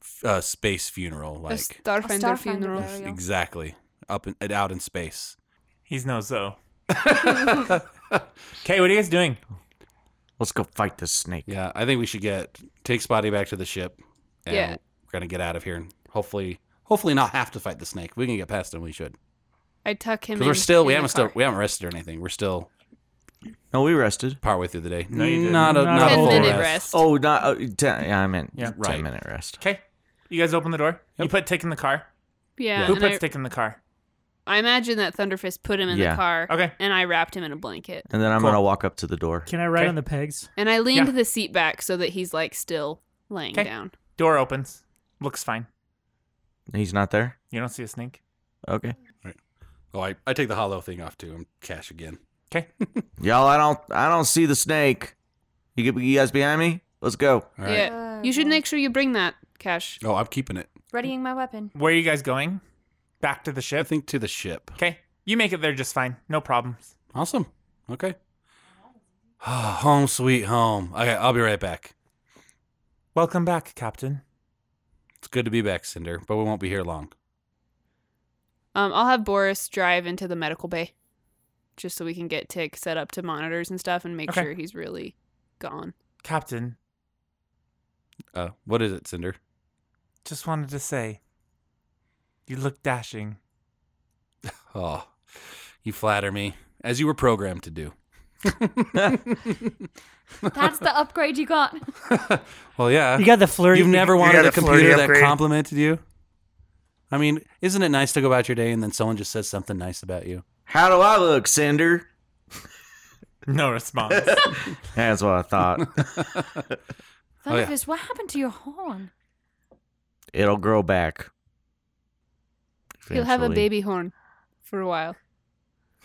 f- uh, space funeral. A Like, Starfinder Starfinder funeral. burial. exactly. Up and and out in space. He's no Zoe. okay, what are you guys doing? let's go fight this snake. Yeah, I think we should get take Spotty back to the ship. And Yeah. we're gonna get out of here and hopefully, hopefully not have to fight the snake. We can get past him. We should I tuck him. because we're in- still we in haven't the car. still we haven't rested or anything. We're still No, we rested. partway through the day. No, you didn't. Not a Not not, a a ten full whole minute rest. rest. Oh, not uh, ten. Yeah, I meant Yeah, ten right. minute rest. Okay, you guys open the door. You put Tick in the car. Yeah. Who and I- puts Tick in the car? I imagine that Thunderfist put him in Yeah. the car. Okay. And I wrapped him in a blanket. And then I'm Cool. gonna walk up to the door. Can I ride Okay. on the pegs? And I leaned Yeah. the seat back so that he's like still laying Okay. down. Door opens. Looks fine. He's not there. You don't see a snake. Okay. Oh, I, I take the hollow thing off too. I'm cash again. Okay. Mm. Y'all, I don't I don't see the snake. You get you guys behind me? Let's go. All right. Yeah. You should make sure you bring that, Cash. Oh, I'm keeping it. uh, Readying my weapon. Where are you guys going? Back to the I ship. think to the ship. Okay. You make it there just fine. No problems. Awesome. Okay. home sweet home. Okay, I'll be right back. Welcome back, Captain. It's good to be back, Cinder, but we won't be here long. Um, I'll have Boris drive into the medical bay just so we can get Tick set up to monitors and stuff and make Okay. sure he's really gone. Captain, Uh, what is it, Cinder? just wanted to say you look dashing. Oh, you flatter me, as you were programmed to do. That's the upgrade you got. well, yeah. You got the flurry. You've never wanted got a a flirty computer that upgrade. complimented you. I mean, isn't it nice to go about your day and then someone just says something nice about you? How do I look, Cinder? No response. That's what I thought. Oh, yeah. Thunderfist, what happened to your horn? It'll grow back. He'll have a Eventually. baby horn for a while.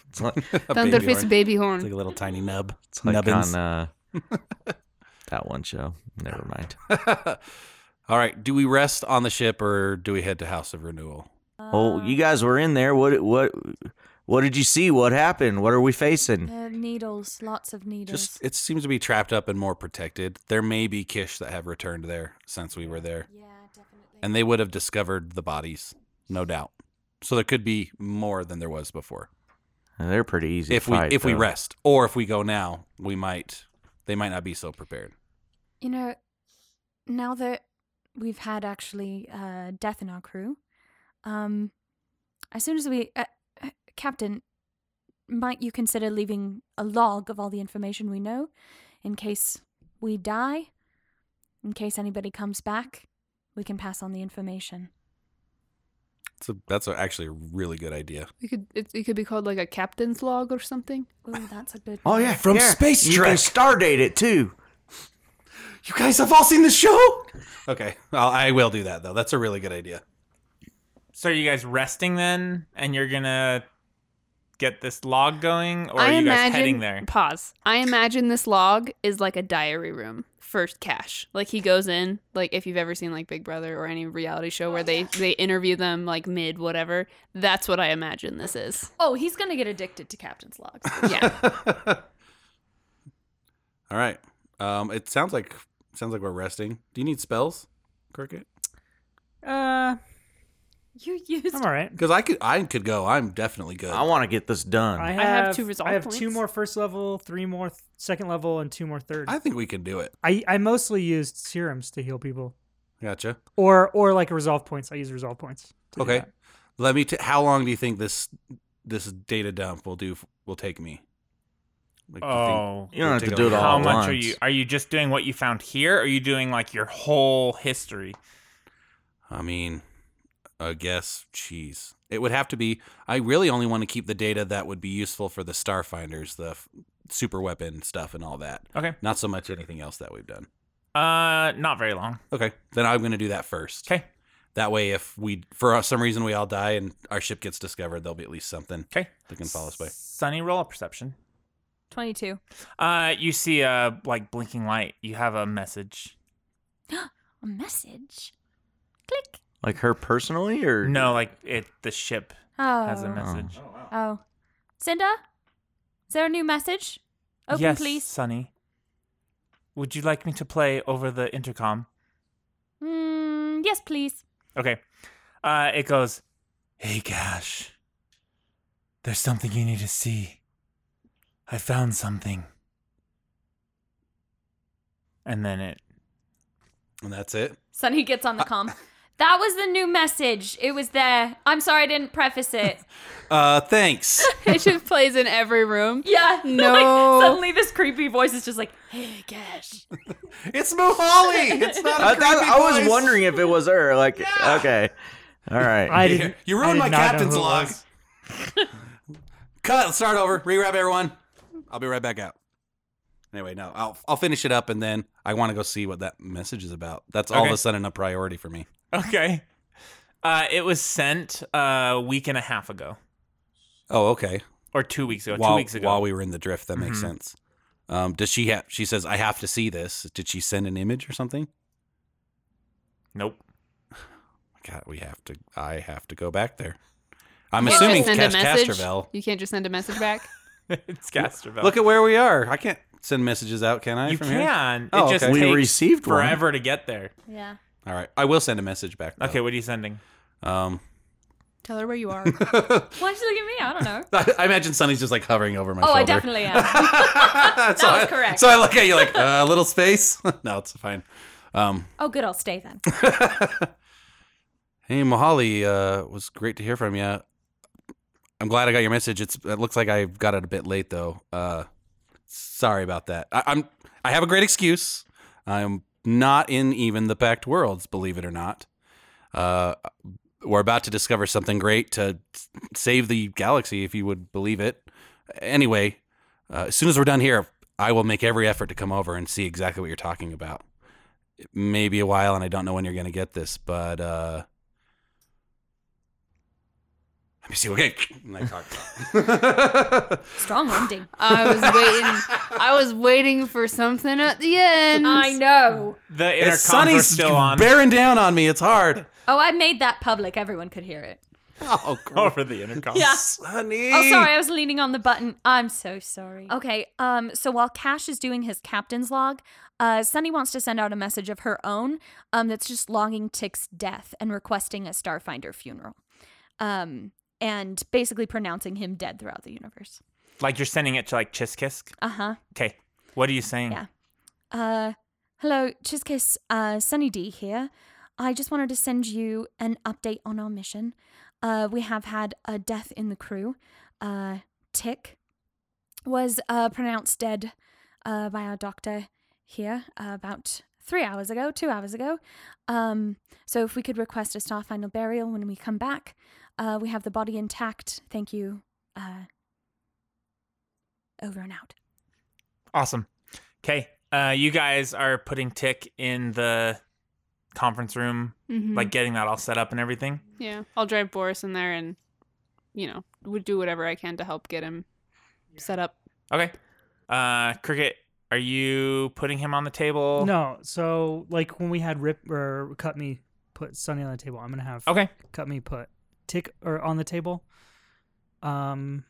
It's like, A baby Thunderfist horn. baby It's horn. like a little tiny nub. it's like Nubbins. Ah. on uh, that one show. Never mind. All right. Do we rest on the ship or do we head to House of Renewal? Oh, you guys were in there. What what what did you see? What happened? What are we facing? Uh, needles, lots of needles. Just it seems to be trapped up and more protected. There may be Kish that have returned there since we were there. yeah, definitely. and they would have discovered the bodies, no doubt. So there could be more than there was before. They're pretty easy. if to we fight, if we though. rest or if we go now, we might they might not be so prepared. You know, now that we've had actually uh, death in our crew, um, as soon as we, uh, uh, Captain, might you consider leaving a log of all the information we know in case we die? In case anybody comes back, we can pass on the information. It's a, that's a, actually a really good idea. We could it, it could be called like a captain's log or something. Oh, that's a good. Oh yeah, From yeah. Space You can Trek. stardate it too. You guys have all seen the show. Okay, I'll, I will do that though. That's a really good idea. So are you guys resting then, and you're gonna get this log going, or are I you imagine guys heading there? pause. I imagine this log is like a diary room for Cash. Like he goes in, like if you've ever seen like Big Brother or any reality show where they they interview them like mid whatever. That's what I imagine this is. Oh, he's gonna get addicted to captain's logs. Yeah. all right. Um, it sounds like sounds like we're resting. Do you need spells, Cricket? Uh, You used. I'm all right. Because I could I could go. I'm definitely good. I want to get this done. I have, I have two resolve I have two points. more first level, three more th- second level, and two more third. I think we can do it. I I mostly used serums to heal people, Gotcha. or or like resolve points. I use resolve points. to do Okay. that. Let me. T- how long do you think this this data dump will do? Will take me? Like, do you think- Oh, you don't have to Take do it a- all how at much once. are you? Are you just doing what you found here? Or are you doing like your whole history? I mean, I guess. Jeez, it would have to be. I really only want to keep the data that would be useful for the Starfinders, the f- super weapon stuff, and all that. Okay. Not so much anything else that we've done. Uh, not very long. Okay, then I'm going to do that first. Okay. That way, if we for some reason we all die and our ship gets discovered, there'll be at least something Okay. that can follow us by. Sunny roll a perception. Twenty-two. Uh, you see a like blinking light. You have a message. A message. Click. Like her personally, or No, like it. The ship Oh. has a message. Oh, Cinder, is there a new message? Open, yes, please. Sunny. Would you like me to play over the intercom? Mm, yes, please. Okay. Uh, it goes, Hey, Cash. There's something you need to see. I found something. And then it. And that's it. Sonny gets on the comm. That was the new message. It was there. I'm sorry I didn't preface it. Uh, thanks. it just plays in every room. yeah. No. suddenly, this creepy voice is just like, "Hey, gosh." it's Mohali. It's not. a I, thought, creepy I was voice. wondering if it was her. Like, okay, all right. I Yeah, didn't. you I ruined did my not know captain's who it log. was. Cut. Let's start over. Rewrap everyone. I'll be right back out. Anyway, no, I'll I'll finish it up and then I want to go see what that message is about. That's all of Okay. a sudden a priority for me. Okay. Uh, it was sent uh, a week and a half ago, Oh, okay. or two weeks ago. while, two weeks ago. while we were in the drift, that makes Mhm. sense. Um, does she have? She says I have to see this. Did she send an image or something? nope. God, we have to. I have to go back there. I'm You can't assuming just send a Cash message. Casterville. You can't just send a message back. it's Gasterville. Look at where we are. I can't send messages out, can I? you from Here? can. Oh, it just okay. we takes received one. forever to get there. Yeah. All right, I will send a message back. though. Okay, what are you sending? Um, Tell her where you are. Why'd you look at me? I don't know. I I imagine Sunny's just like hovering over my oh, shoulder. I definitely am. that was correct. So I look at you like uh, a little space. no, it's fine. Um, Oh, good. I'll stay then. hey, Mahali, uh, it was great to hear from you. I'm glad I got your message. It's it looks like I got it a bit late though. Uh, sorry about that. I, I'm I have a great excuse. I'm not in even the packed worlds, believe it or not. Uh, we're about to discover something great to s- save the galaxy, if you would believe it. Anyway, uh, as soon as we're done here, I will make every effort to come over and see exactly what you're talking about. It may be a while, and I don't know when you're going to get this, but uh, let me see. Okay, and I talk. Strong ending. I was waiting. I was waiting for something at the end. I know. The It's intercom's are Sunny's still on bearing down on me. It's hard. Oh, I made that public. Everyone could hear it. Oh, over the intercom. Yeah. Sunny. Oh, sorry, I was leaning on the button. I'm so sorry. Okay, um, so while Cash is doing his captain's log, uh, Sunny wants to send out a message of her own um, that's just logging Tick's death and requesting a Starfinder funeral. Um, and basically pronouncing him dead throughout the universe. Like you're sending it to like Chiskisk. Uh huh. Okay. What are you saying? Yeah. Uh, hello, Chiskiss. Uh, Sunny D here. I just wanted to send you an update on our mission. Uh, we have had a death in the crew. Uh, Tick was uh, pronounced dead uh, by our doctor here uh, about three hours ago, two hours ago. Um, so if we could request a star final burial when we come back, uh, we have the body intact. Thank you. Uh, over and out. Awesome. Okay. Uh, you guys are putting Tick in the conference room, Mhm. like getting that all set up and everything. mm-hmm. yeah, I'll drive Boris in there and, you know, would do whatever I can to help get him set up. Okay. Uh, Cricket, are you putting him on the table? No, so like when we had Rip or Cut Me put Sunny on the table, I'm gonna have Okay. Cut Me put Tick or on the table. Um,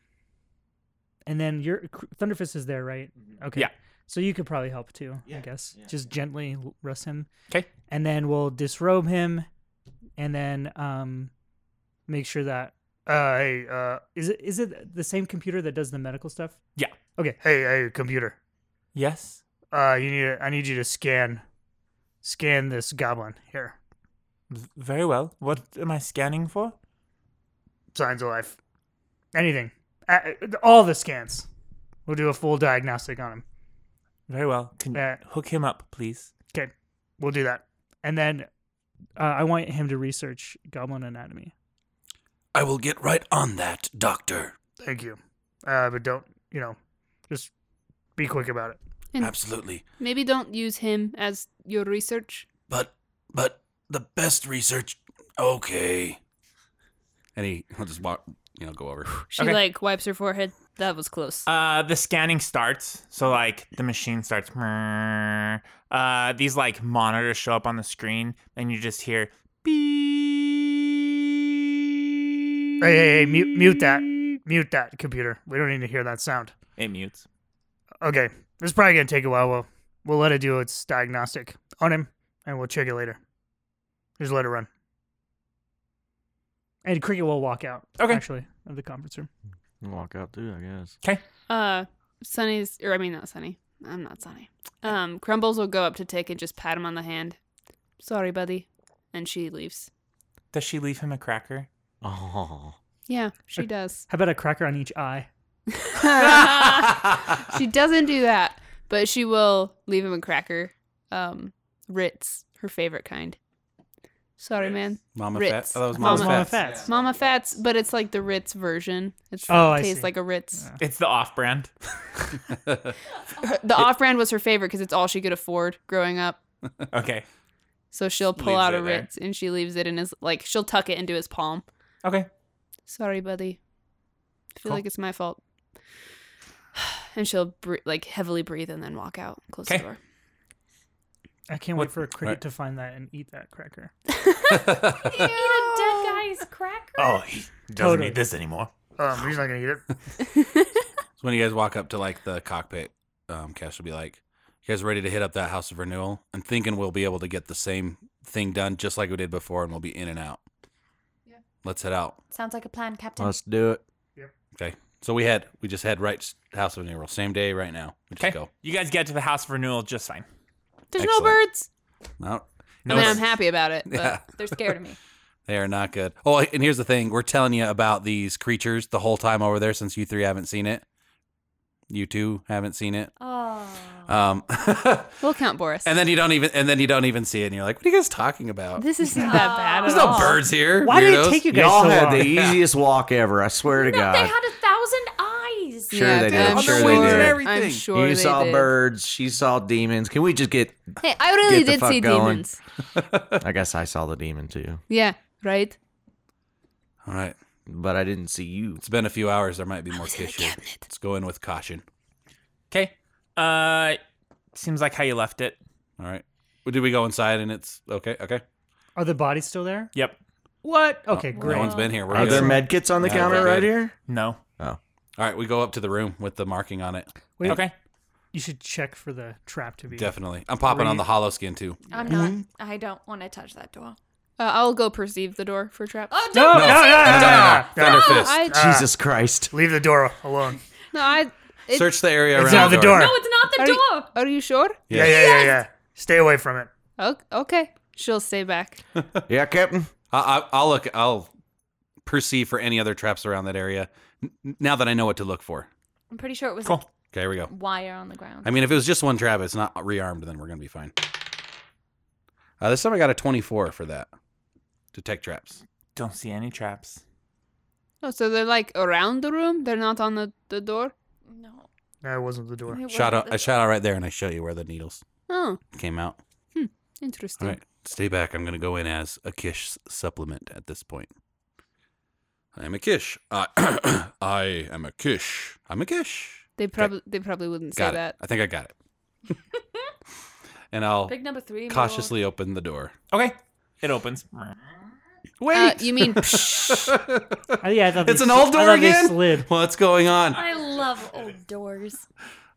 and then your Cr- Thunderfist is there, right? Okay. Yeah. So you could probably help too, I Mm-hmm. Yeah, guess. yeah, Just gently l- rest him. 'Kay. And then we'll disrobe him, and then um, make sure that Uh, hey, uh, is it is it the same computer that does the medical stuff? okay. Hey, hey, computer. Yes. Uh, you need. I need you to scan, scan this goblin here. V- very well. What am I scanning for? Signs of life. Anything. Uh, all the scans. We'll do a full diagnostic on him. Very well. Can Uh, hook him up, please? we'll do that. And then uh, I want him to research goblin anatomy. I will get right on that, doctor. Thank you. Uh, but don't. You know, just be quick about it. And- Absolutely. Maybe don't use him as your research. But but the best research. Okay. And he, he'll just walk, you know, go over. She Okay. like wipes her forehead. That was close. Uh, the scanning starts. So like the machine starts. Uh, these like monitors show up on the screen, and you just hear Hey, hey, hey mute, mute that. Mute that computer. We don't need to hear that sound. it mutes. Okay, this is probably gonna take a while. We'll we'll let it do its diagnostic on him, and we'll check it later. Just let it run. And Cricket will walk out. Okay. Actually, of the conference room. Walk out too, I guess. Uh, Sunny's, or I mean, not Sunny. I'm not Sunny. Um, Crumbles will go up to Tick and just pat him on the hand. Sorry, buddy. And she leaves. Does she leave him a cracker? Oh, Yeah, she does. How about a cracker on each eye? she doesn't do that, but she will leave him a cracker. Um, Ritz, her favorite kind. Sorry, man. Mama Ritz. Fett. Oh, that was Mama Mama, Mama Fett. Fats. Mama Fats, but it's like the Ritz version. It's, Oh, I tastes see. like a Ritz. It's the off-brand. Her- the off-brand was her favorite because it's all she could afford growing up. Okay. So she'll pull Leaves out it a there. Ritz and she leaves it in his like she'll tuck it into his palm. Okay. Sorry, buddy. I feel Cool. like it's my fault. And she'll bre- like heavily breathe and then walk out, close the Okay. door. I can't What- wait for a cricket Right. to find that and eat that cracker. Eat a dead guy's cracker. Oh, he doesn't Totally. need this anymore. Um, he's not gonna eat it. So when you guys walk up to like the cockpit, um, Cash will be like, "You guys ready to hit up that House of Renewal?" I'm thinking we'll be able to get the same thing done just like we did before, and we'll be in and out. Yeah. Yeah. Let's head out. Sounds like a plan, Captain. let's do it. Okay. So we head. We just head right s- House of Renewal. Same day, right now. We just Okay. go. You guys get to the house for renewal just fine. There's Excellent. no birds. No, I no, mean, I'm happy about it. But Yeah. They're scared of me. They are not good. Oh, and here's the thing: we're telling you about these creatures the whole time over there since you three haven't seen it. You two haven't seen it. Oh. Um, we'll count Boris. and then you don't even and then you don't even see it, and you're like, "What are you guys talking about? this isn't that bad. There's at no all. birds here. Oh. Why did weirdos." it take you guys Y'all so had long? the easiest walk ever. I swear to No, God. they had a thousand eyes. Sure they did. I'm I'm sure sure, they did. I'm Everything. sure you they saw did. birds. She saw demons. Can we just get? Hey, I really Get the did fuck see going. demons. I guess I saw the demon too, Yeah, right. All right, but I didn't see you. it's been a few hours. There might be more fish here. Let's go in with caution. Okay. Uh, seems like how you left it. All right. Well, did we go inside and it's okay? Okay. Are the bodies still there? Yep. What? Okay, No great. one's been here. We're Are good. there med kits on the Yeah, counter we're right good. here? No. All right, we go up to the room with the marking on it. Wait, Okay. You should check for the trap to be. Definitely. I'm popping on the hollow skin too. I'm not. I don't want to touch that door. Uh, I'll go perceive the door for traps. Oh, No, don't. no, no, no, no, no. Thunder no, fist. I, Jesus Christ! Leave the door alone. no, I. It- Search the area It's around out the door. No, it's not the Are you- door. Are you sure? Yeah, yeah, yeah, yeah. Stay away from it. O- Okay, she'll stay back. Yeah, Captain. I, I, I'll look. I'll perceive for any other traps around that area. N- Now that I know what to look for. I'm pretty sure it was Cool. Okay, here we go. like wire on the ground. I mean, if it was just one trap, it's not rearmed, then we're going to be fine. Uh, this time I got a 24 for that. Detect traps. Don't see any traps. Oh, so they're like around the room? They're not on the, the door? no. That wasn't the door. it Shout wasn't out, the I shout out right there, and I show you where the needles Oh, came out. interesting. All right, stay back. I'm going to go in as a Kish supplement at this point. I am a Kish. Uh, I am a Kish. I'm a Kish. They probably they probably wouldn't say Got it. that. I think I got it. and I'll Big number three. middle. cautiously open the door. Okay, it opens. Wait. Uh, you mean Oh, yeah, I thought It's they an sli- old I door thought again? They slid. What's going on? I love old doors.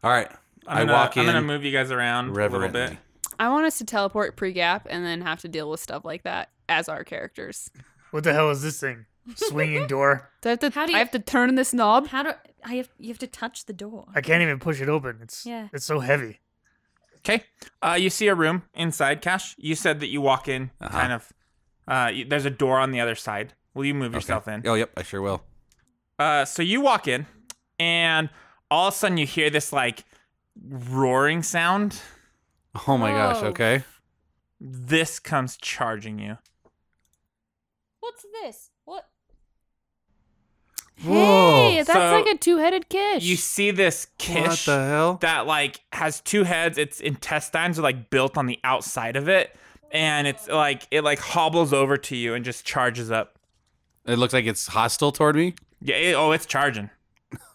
All right. I I'm gonna, walk I'm gonna in move you guys around a little reverently. bit. I want us to teleport pre-gap and then have to deal with stuff like that as our characters. What the hell is this thing? Swinging door. Do I have to, How I do you- have to turn this knob? How do I have? You have to touch the door. I can't even push it open. It's Yeah. it's so heavy. Okay. Uh, you see a room inside, Cash. You said that you walk in, Uh-huh. kind of. Uh, you, there's a door on the other side. Will you move Okay. yourself in? Oh, yep. I sure will. Uh, so you walk in, and all of a sudden you hear this like roaring sound. Oh my gosh. Whoa. Okay. This comes charging you. What's this? What? Hey, that's So- like a two-headed kish. You see this What kish the hell? that like has two heads. Its intestines are like built on the outside of it, and it's like it like hobbles over to you and just charges up. It looks like it's hostile toward me. Yeah. It, oh, it's charging.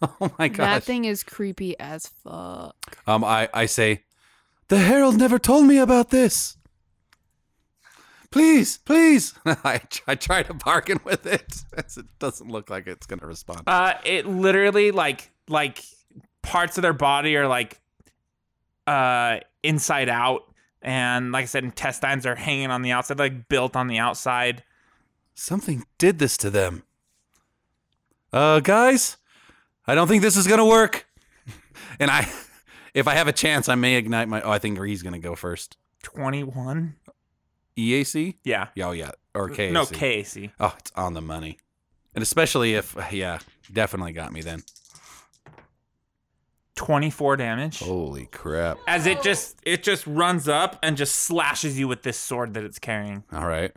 Oh my that gosh. thing is creepy as fuck. um, I, I say, the Herald never told me about this. Please, please. I, tr- I try to bargain with it. As it doesn't look like it's going to respond. Uh, it literally like like parts of their body are like uh inside out, and like I said, intestines are hanging on the outside, like built on the outside. Something did this to them. Uh, guys, I don't think this is gonna work. and I, if I have a chance, I may ignite my. Oh, I think he's gonna go first. E Twenty one. EAC? Yeah. Yeah, oh yeah, or KAC. No, KAC. Oh, it's on the money. And especially if, yeah, definitely got me then. Twenty four damage. Holy crap! As it just it just runs up and just slashes you with this sword that it's carrying. All right.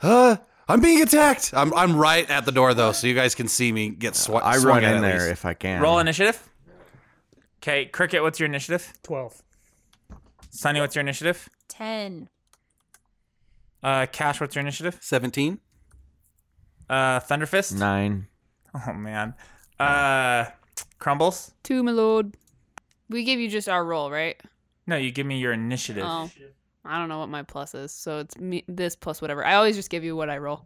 Uh, I'm being attacked. I'm I'm right at the door though, so you guys can see me get swa- I swung run at in at there least. if I can. Roll initiative. Okay, Cricket, what's your initiative? Twelve. Sunny, what's your initiative? Ten. Uh, Cash, what's your initiative? Seventeen. Uh, Thunderfist. Nine. Oh man. Uh Crumbles? Two, my lord. We give you just our roll, right? No, you give me your initiative. Oh, I don't know what my plus is, so it's me this plus whatever. I always just give you what I roll.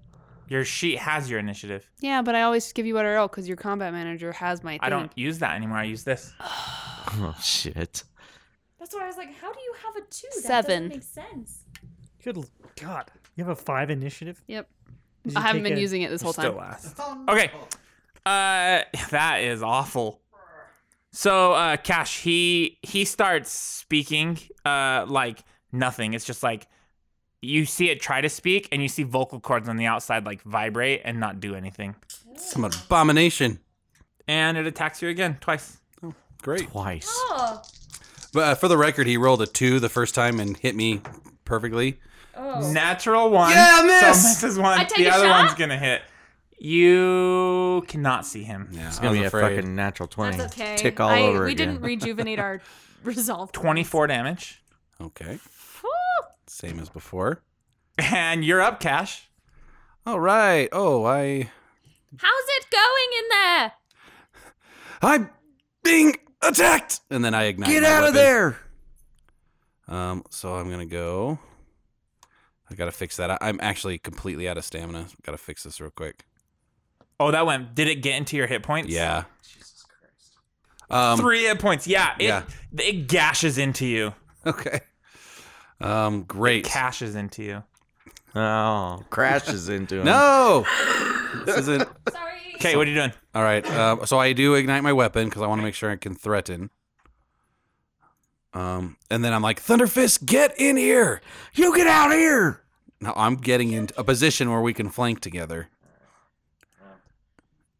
Your sheet has your initiative. Yeah, but I always just give you what I roll because your combat manager has my. Thing. I don't use that anymore. I use this. Oh shit. That's why I was like, how do you have a two? Seven. That doesn't make sense. Good l- God. You have a five initiative. Yep. Did I you haven't take been a- using it this whole Still time. last. Okay. Uh that is awful. So uh Cash, he he starts speaking uh like nothing. It's just like you see it try to speak and you see vocal cords on the outside like vibrate and not do anything. Some abomination. And it attacks you again twice. Great. Twice. Oh. But uh, for the record, he rolled a two the first time and hit me perfectly. Oh. Natural one. Yeah, I So missed. misses one. I take the a other shot? one's gonna hit. You cannot see him. Yeah, It's I gonna was be afraid. a fucking natural twenty. That's okay. Tick all I- over We again. didn't rejuvenate our resolve. points. Twenty-four damage, Okay, Whew. same as before. and you're up, Cash. All right. Oh, I How's it going in there? I'm being attacked, and then I ignite. Get my out of weapon. there. Um, so I'm gonna go. I gotta fix that. I- I'm actually completely out of stamina. Gotta fix this real quick. Oh, that went. Did it get into your hit points? Yeah. Jesus Christ. Um. Three hit points. Yeah. It, Yeah. It gashes into you. Okay. Um. Great. Cashes into you. Oh, crashes into him. No. this isn't. Sorry. Okay, what are you doing? All right. Uh, so I do ignite my weapon because I want to make sure I can threaten. Um, and then I'm like, Thunderfist, get in here. You get out here. Now I'm getting into a position where we can flank together.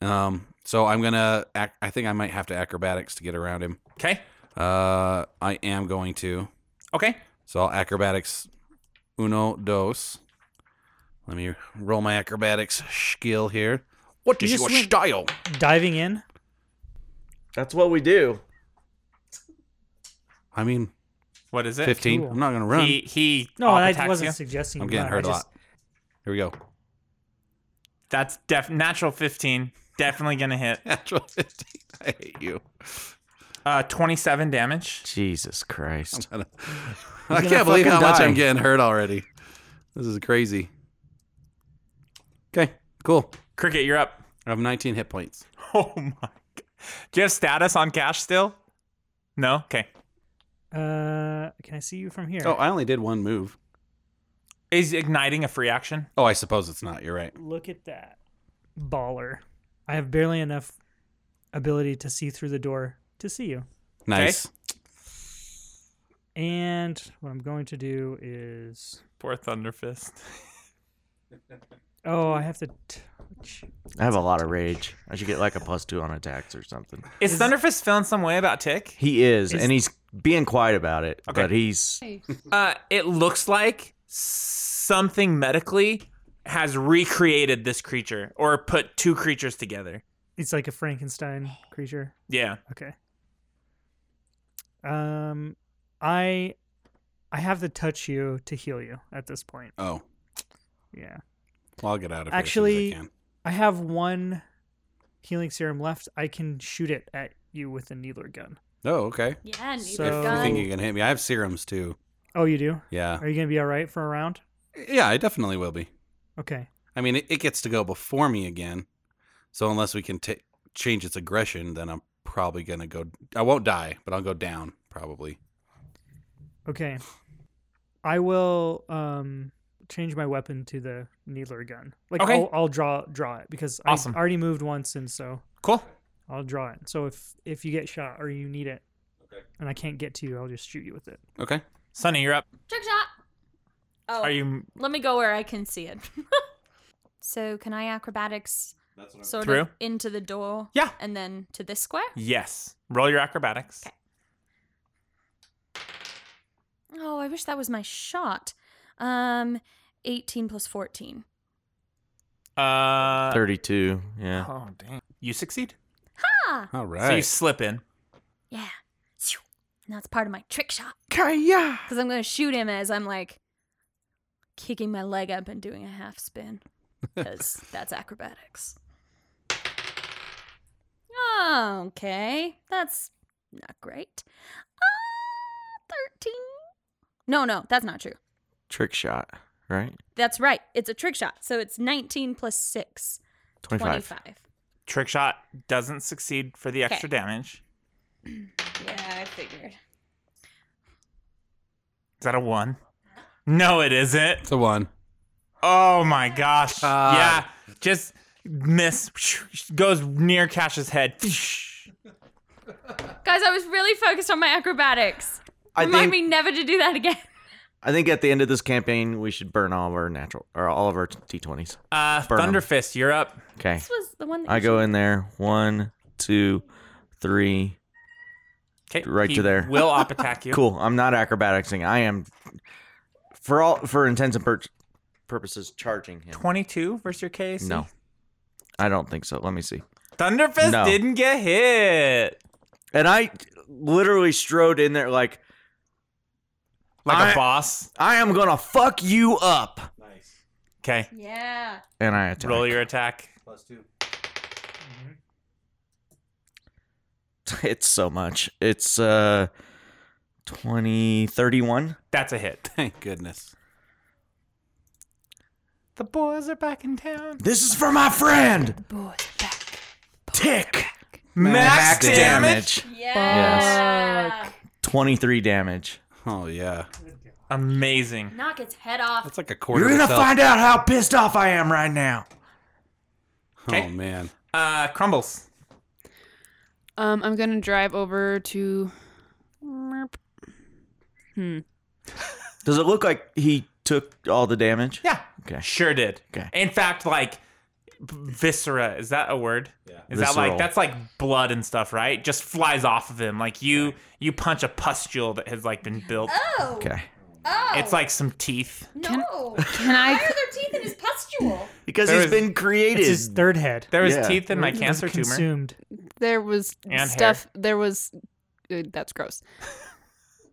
Um, So I'm gonna. Ac- I think I might have to acrobatics to get around him. Okay. Uh, I am going to. Okay. So I'll acrobatics uno dos. Let me roll my acrobatics skill here. What You is just your went- style? Diving in. That's what we do. I mean, What is it? 15. Cool. I'm not gonna run. He he. No, op I attacks wasn't you. suggesting. I'm you getting run. hurt I a just- lot. Here we go. That's def natural fifteen. Definitely gonna hit. Natural 15. I hate you. Uh, twenty-seven damage. Jesus Christ. I, don't- I gonna can't believe how fucking much I'm die. getting hurt already. This is crazy. Okay, cool. Cricket, you're up. I have 19 hit points. Oh my. God. Do you have status on cash still? No. Okay. Uh, can I see you from here? Oh, I only did one move. Is igniting a free action? Oh, I suppose it's not. You're right. Look at that. Baller. I have barely enough ability to see through the door to see you. Nice. And what I'm going to do is. Poor Thunderfist. Oh, I have to. T- I have a lot of rage. I should get like a plus two on attacks or something. Is, Thunderfist feeling some way about Tick? He is, Is- and he's being quiet about it. Okay. But he's Uh, it looks like something medically has recreated this creature or put two creatures together. it's like a Frankenstein creature. Yeah. Okay. Um, I, I have to touch you to heal you at this point. Oh, Yeah. well, I'll get out of Actually- here. as soon as I can. I have one healing serum left. I can shoot it at you with a needler gun. Oh, okay. Yeah, need So- If you gun. think you can hit me, I have serums too. Oh, you do? Yeah. Are you gonna be all right for a round? Yeah, I definitely will be. Okay. I mean, it, it gets to go before me again. So unless we can ta change its aggression, then I'm probably going to go. I won't die, but I'll go down probably. Okay. I will um change my weapon to the needler gun. Like Okay. I'll, I'll draw draw it because Awesome. I already moved once and so Cool. I'll draw it. So if if you get shot or you need it and I can't get to you, I'll just shoot you with it. Okay. Sonny, you're up. Trick shot. Oh, Are you let me go where I can see it. so can I acrobatics sort of Through? into the door? Yeah. And then to this square? Yes. Roll your acrobatics. Okay. Oh, I wish that was my shot. Um, 18 plus 14. Uh 32. Yeah. Oh dang. You succeed. Ah, All So you right. slip in. yeah. Shoo. And that's part of my trick shot. Kaya! Because I'm going to shoot him as I'm like kicking my leg up and doing a half spin. Because that's acrobatics. Oh, okay. That's not great. Ah, 13. No, no, that's not true. Trick shot, right? That's right. It's a trick shot. So it's 19 plus 6. 25. 25. Trick shot doesn't succeed for the extra damage. Yeah, I figured. Is that a one? No, it isn't. It's a one. Oh my gosh. God. yeah. Just miss. Goes near Cash's head. Guys, I was really focused on my acrobatics. I Remind think, me never to do that again. I think at the end of this campaign, we should burn all of our natural or all of our t20s. Uh, Burn 'em. Thunderfist, you're up. Okay. This was the one that I you go should- in there. One, two, three. Okay. Right to there. Will op attack you. Cool. I'm not acrobaticsing. I am, for all for intents and pur- purposes, charging him. 22 versus your KAC? No, I don't think so. Let me see. Thunderfist No. didn't get hit. And I literally strode in there like Like a I- boss. I am gonna fuck you up. Okay. Yeah. And I attack. Roll your attack. It's so much. It's uh, twenty thirty-one. That's a hit. Thank goodness. The boys are back in town. This is for my friend. Boys back. Tick. Max, damage. Yeah. Twenty-three damage. Oh, yeah. Amazing. Knock its head off. That's like a quarter. You're of gonna itself. find out how pissed off I am right now. Oh, man. Uh, crumbles. Um, I'm gonna drive over to. Merp. Hmm. Does it look like he took all the damage? Yeah. Okay. Sure did. Okay. In fact, like viscera. Is that a word? Yeah. Is that Visceral. like that's like blood and stuff, right? Just flies off of him. Like you you punch a pustule that has like been built. Oh. Okay. Oh. It's like some teeth. no. Can Why I? are there teeth in his pustule? Because There he's is- been created. It's his third head. There was Yeah. teeth in my It was cancer tumor. consumed. There was And stuff. There was. uh, that's gross.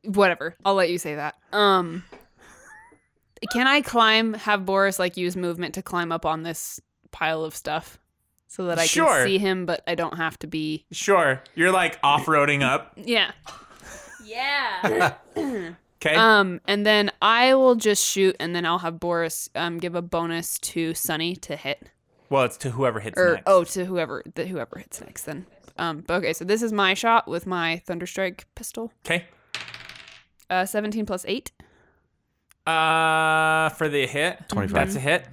Whatever. I'll let you say that. Um. Can I climb? Have Boris like use movement to climb up on this pile of stuff, so that I Sure. can see him, but I don't have to be. Sure. You're like off roading up. Yeah. Yeah. Okay. Um. And then I will just shoot, and then I'll have Boris um give a bonus to Sunny to hit. well, it's to whoever hits or next. oh to whoever the, whoever hits next then um but okay so this is my shot with my thunderstrike pistol Okay. uh 17 plus 8 Uh, for the hit. 25. That's a hit.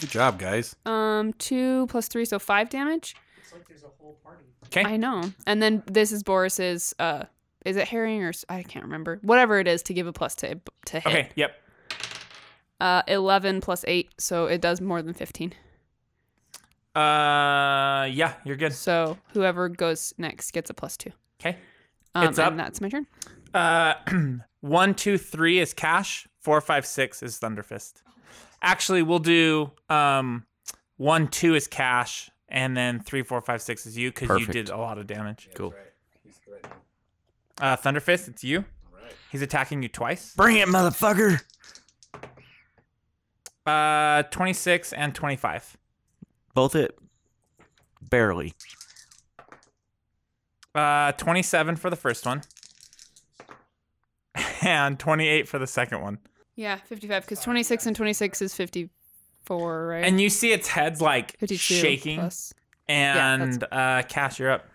Good job, guys. um 2 plus 3 so 5 damage Okay. i know and then this is boris's uh is it herring or s- i can't remember whatever it is to give a plus to to hit Okay. Yep. uh 11 plus 8 so it does more than 15 Uh, yeah, you're good. so whoever goes next gets a plus 2 Okay. um It's up. and that's my turn Uh, one, two, three is Cash. Four, five, six is Thunderfist. Actually, we'll do um, one, two is Cash, and then three, four, five, six is you because you Perfect. did a lot of damage. Cool. Uh, Thunderfist, it's you. He's attacking you twice. Bring it, motherfucker. Uh, twenty-six and twenty-five. Both it. Barely. Uh, twenty-seven for the first one, and twenty-eight for the second one. yeah 55 because 26 and 26 is 54 right And you see its head's like 52 shaking. plus Yeah, that's- And uh, Cash, you're up.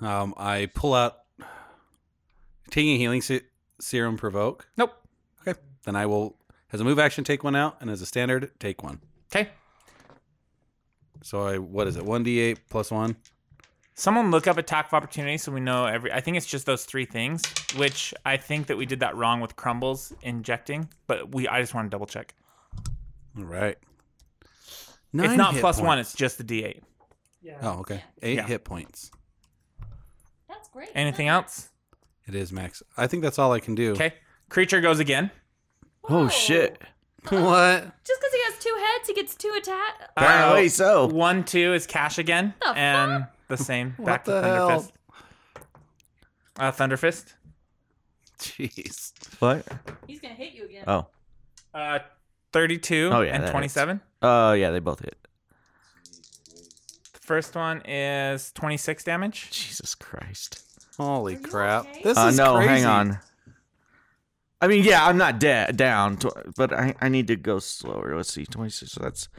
Um, I pull out taking a healing se- serum provoke. Nope. Okay. Then I will, as a move action, take one out, and as a standard, take one. Okay. So I, what is it? One d eight plus one. Someone look up attack of opportunity so we know every. I think it's just those three things, which I think that we did that wrong with crumbles injecting, but we I just want to double check. All right. it's Nine not hit plus one; points. it's just the D8. Oh, okay. Eight Yeah. hit points. That's great. Anything else? It is max. I think that's all I can do. Okay. Creature goes again. Oh shit. what? Just because he has two heads, he gets two attack. Apparently Uh, so. One, two is Cash again, The and the same. Back the to hell? Thunderfist. Uh, Thunderfist. Jeez. What? He's gonna hit you again. Oh. Uh, thirty-two Oh, yeah, that and hits. twenty-seven. Uh, yeah, they both hit. The first one is twenty-six damage. Jesus Christ. Holy you crap. okay? This uh, is no, hang crazy. on. I mean, yeah, I'm not dead down, tw- but I, I need to go slower. Let's see, 26. So that's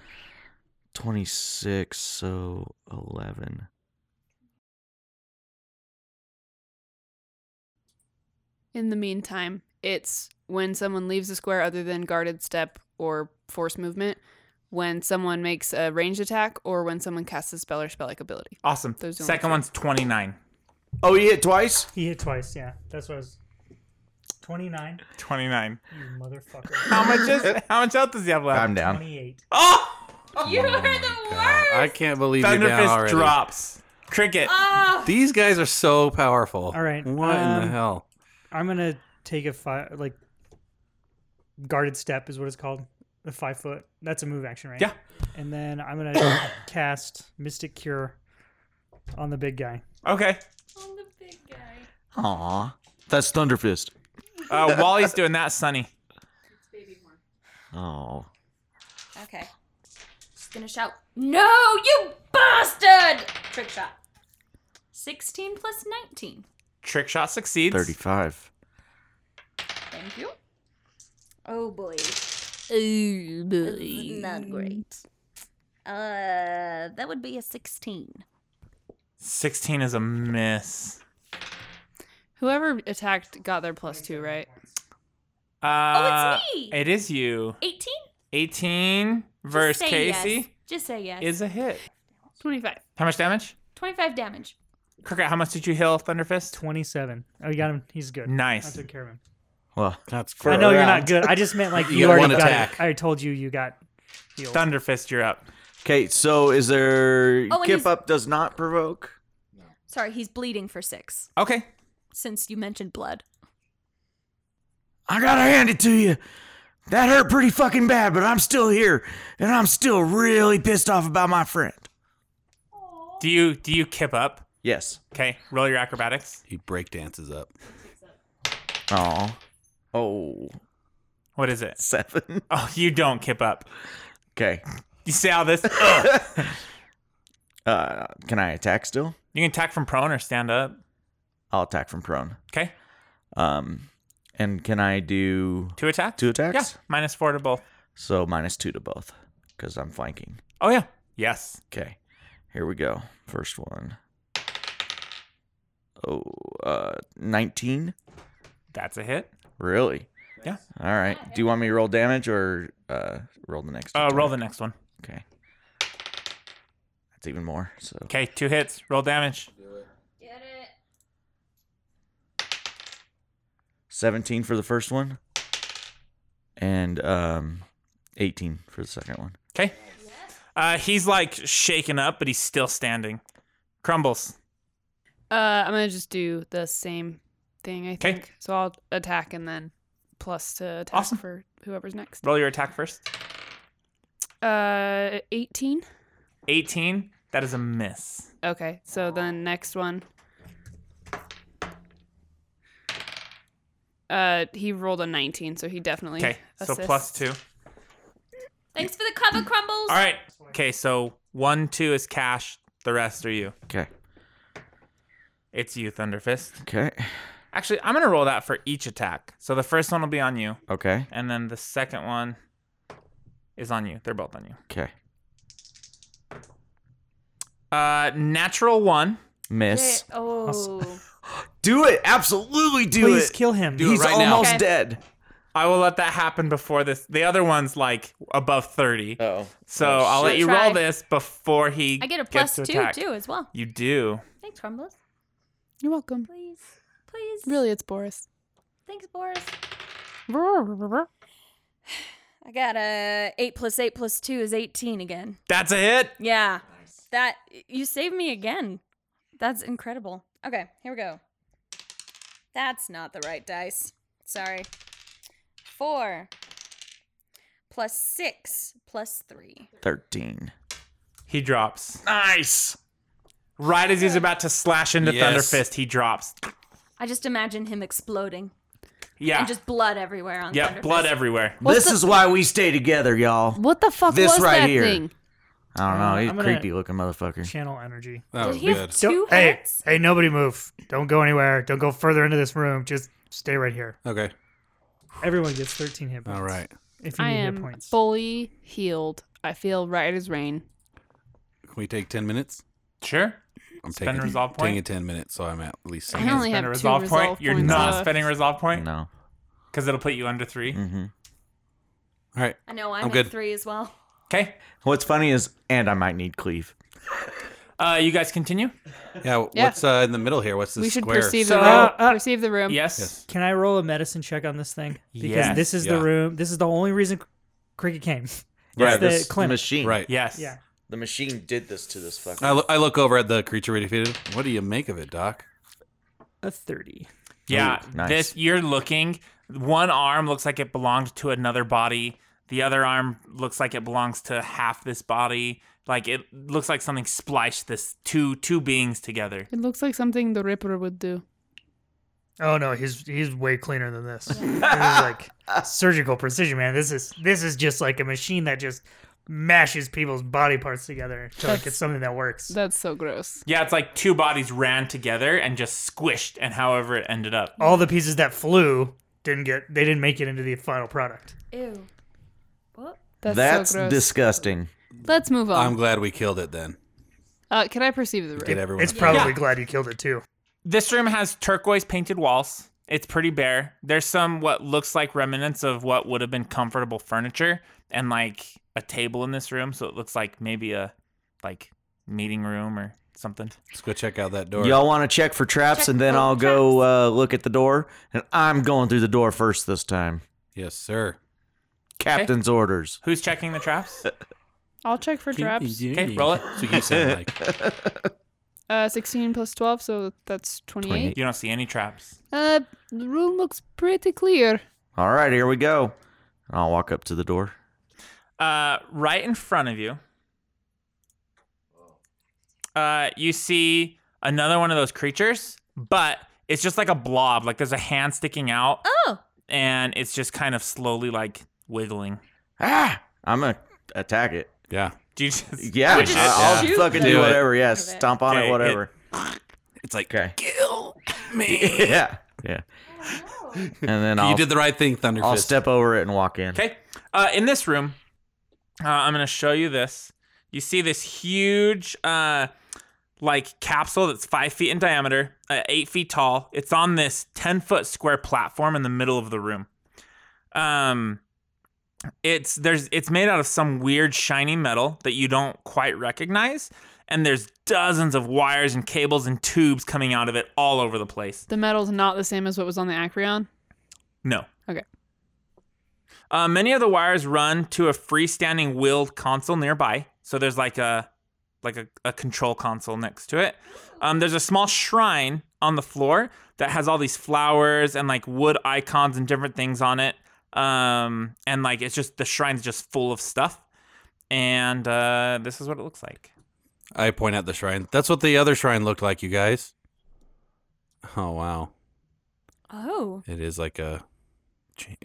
26. So 11. In the meantime, it's when someone leaves a square other than guarded step or force movement, when someone makes a ranged attack, or when someone casts a spell or spell like ability. Awesome. Those don't Second work. one's twenty-nine. Oh, you hit twice. He hit twice. Yeah, that's what I was. Twenty nine. Twenty-nine. You motherfucker. How much is? How much health does he have left? I'm down. Twenty eight. Oh! You are the God, I can't believe you're down Thunderfist already. drops. Cricket. Oh, These guys are so powerful. All right, What in um, the hell? I'm gonna take a five like guarded step is what it's called. The five foot. That's a move action, right? Yeah. And then I'm gonna cast Mystic Cure on the big guy. Okay. I'm the big guy. Aw, that's Thunderfist. Uh, while he's doing that, Sunny. Oh, Okay. Just gonna shout, No, you bastard! Trick shot. 16 plus 19. Trick shot succeeds. 35. Thank you. Oh boy. Oh, boy. Not great. Uh, that would be a 16. Sixteen is a miss. Whoever attacked got their plus two, right? Uh, me! It is you. 18? Eighteen versus Just say yes. Casey Just say yes. is a hit. 25. How much damage? 25 damage. Cricket, how much did you heal Thunderfist? Twenty seven. Oh, you got him. He's good. I Nice. took care of him. Well, That's I know you're not good. I just meant like You you, get already one got attack. it. I told you you got heal. Thunderfist, you're up. Okay, so is there Oh, and Kip he's- up does not provoke? Sorry, he's bleeding for six Okay. since you mentioned blood. I gotta hand it to you. That hurt pretty fucking bad, but I'm still here, and I'm still really pissed off about my friend. Do you do you kip up? Yes. Okay. Roll your acrobatics. He break dances up. Oh. Oh. What is it? Seven. Oh, you don't kip up. Okay. You see how this? Ugh. Uh, can I attack still? you can attack from prone or stand up. I'll attack from prone. Okay. Um, and can I do Two attacks. two attacks? Yeah. Minus four to both. So minus two to both, because I'm flanking. Oh yeah. Yes. Okay, here we go. First one. Oh, uh, 19? That's a hit. Really? Yeah. All right. Do you want me to roll damage or uh, roll the next Uh, roll the attack? next one. Okay. That's even more. So Okay. Two hits. Roll damage. 17 for the first one and um, 18 for the second one. Okay. Uh, he's like shaken up, but he's still standing. Crumbles. Uh, I'm gonna just do the same thing. I 'Kay. think so. I'll attack and then plus to attack Awesome. for whoever's next. Roll your attack first. Uh, 18. 18. That is a miss. Okay, so then next one. Uh, he rolled a 19, so he definitely. Okay. So assists. plus two. Thanks for the cover, Crumbles. All right. Okay. So one, two is cash. The rest are you. Okay. It's you, Thunderfist. Okay. Actually, I'm gonna roll that for each attack. So the first one will be on you, Okay. and then the second one is on you. They're both on you. Okay. Uh, natural one. Miss. Oh, Do it. Absolutely do Please it. kill him. Do it He's right now. almost Okay. dead. I will let that happen before this. The other one's like above 30. Oh. So I'll let shit. you Try. roll this before he I get a gets plus to two attack. too as well. You do. Thanks, Crumbles. You're welcome. Please. Please. Really, it's Boris. Thanks, Boris. I got a eight plus eight plus two is eighteen again. That's a hit. Yeah, that you saved me again. That's incredible. Okay, here we go. That's not the right dice. Sorry. Four plus six plus three. 13. He drops. Nice. Right as he's about to slash into Yes. Thunderfist, he drops. I just imagine him exploding Yeah. and just blood everywhere on. yeah, Thunderfist. blood everywhere. this is why we stay together, y'all. What the fuck This was right that here. thing? I don't know. Uh, He's I'm a gonna- creepy looking motherfucker. Channel energy. That Did was he have good. two hey, hits? hey, nobody move. Don't go anywhere. Don't go further into this room. Just stay right here. Okay. Everyone gets 13 hit points. All right. If you I need am hit points. fully healed. I feel right as rain. Can we take ten minutes? Sure. I'm Spend taking a resolve point. Taking a ten minutes, so I'm at least. I seeing it. only Spend have a two resolve point. resolve You're points not left. spending a resolve point No. because it'll put you under three. Mm-hmm. All right. I know I'm, I'm at good. three as well. Okay. What's funny is, and I might need cleave. Uh, you guys continue. Yeah. w- Yeah. What's uh, in the middle here? What's the We should square? perceive So- the room. Uh, uh, perceive the room. Yes. Yes. Can I roll a medicine check on this thing? Because Yes. this is Yeah. the room. This is the only reason Cricket came. It's Right. the this- clinic. machine. Right. Yes. Yeah. The machine did this to this fucker. I, lo- I look over at the creature we defeated. What do you make of it, Doc? A 30. Yeah. Ooh, nice. This you're looking. One arm looks like it belonged to another body. The other arm looks like it belongs to half this body. Like it looks like something spliced this two two beings together. It looks like something the Ripper would do. Oh no, he's he's way cleaner than this. this is like surgical precision, man. This is this is just like a machine that just mashes people's body parts together to like That's- it's something that works. That's so gross. Yeah, it's like two bodies ran together and just squished, and however it ended up. All the pieces that flew didn't get they didn't make it into the final product. Ew. That's, That's so gross. disgusting. Let's move I'm on. glad we killed it then. uh, can I perceive the room? Get everyone. It's probably Yeah. glad you killed it too. This room has turquoise painted walls. It's pretty bare. There's some what looks like remnants of what would have been comfortable furniture and like a table in this room, so it looks like maybe a like meeting room or something. Let's go check out that door. Y'all want to check for traps, Check and then for I'll go uh, look at the door. And I'm going through the door first this time. Yes, sir. Captain's orders. Who's checking the traps? I'll check for traps. Okay, roll it. So you sound like Uh, 16 plus 12, so that's 28. You don't see any traps. Uh, the room looks pretty clear. All right, here we go. And I'll walk up to the door. Uh, right in front of you, uh, you see another one of those creatures, but it's just like a blob. Like there's a hand sticking out. Oh. And it's just kind of slowly like wiggling. Ah! I'm gonna attack it. Yeah. Do you just, Yeah, You just I- I'll shoot fucking the- do Do it. whatever. Yeah, stomp on Okay, it, it- whatever. it's like okay. kill me. yeah, yeah. Oh, And then You I'll, did the right thing, Thunder I'll Fist. step over it and walk in. Okay. Uh, in this room, uh, I'm going to show you this. You see this huge, uh, like, capsule that's five feet in diameter, uh, eight feet tall. It's on this 10 foot square platform in the middle of the room. Um, it's there's it's made out of some weird shiny metal that you don't quite recognize and there's dozens of wires and cables and tubes coming out of it all over the place The metal's not the same as what was on the Acreon. no Okay. Uh, many of the wires run to a freestanding wheeled console nearby, so there's like a like a, a control console next to it. Um, there's a small shrine on the floor that has all these flowers and like wood icons and different things on it. Um, and like it's just the shrine's just full of stuff. And uh, this is what it looks like. I point out the shrine. That's what the other shrine looked like, you guys. Oh wow. Oh. It is like a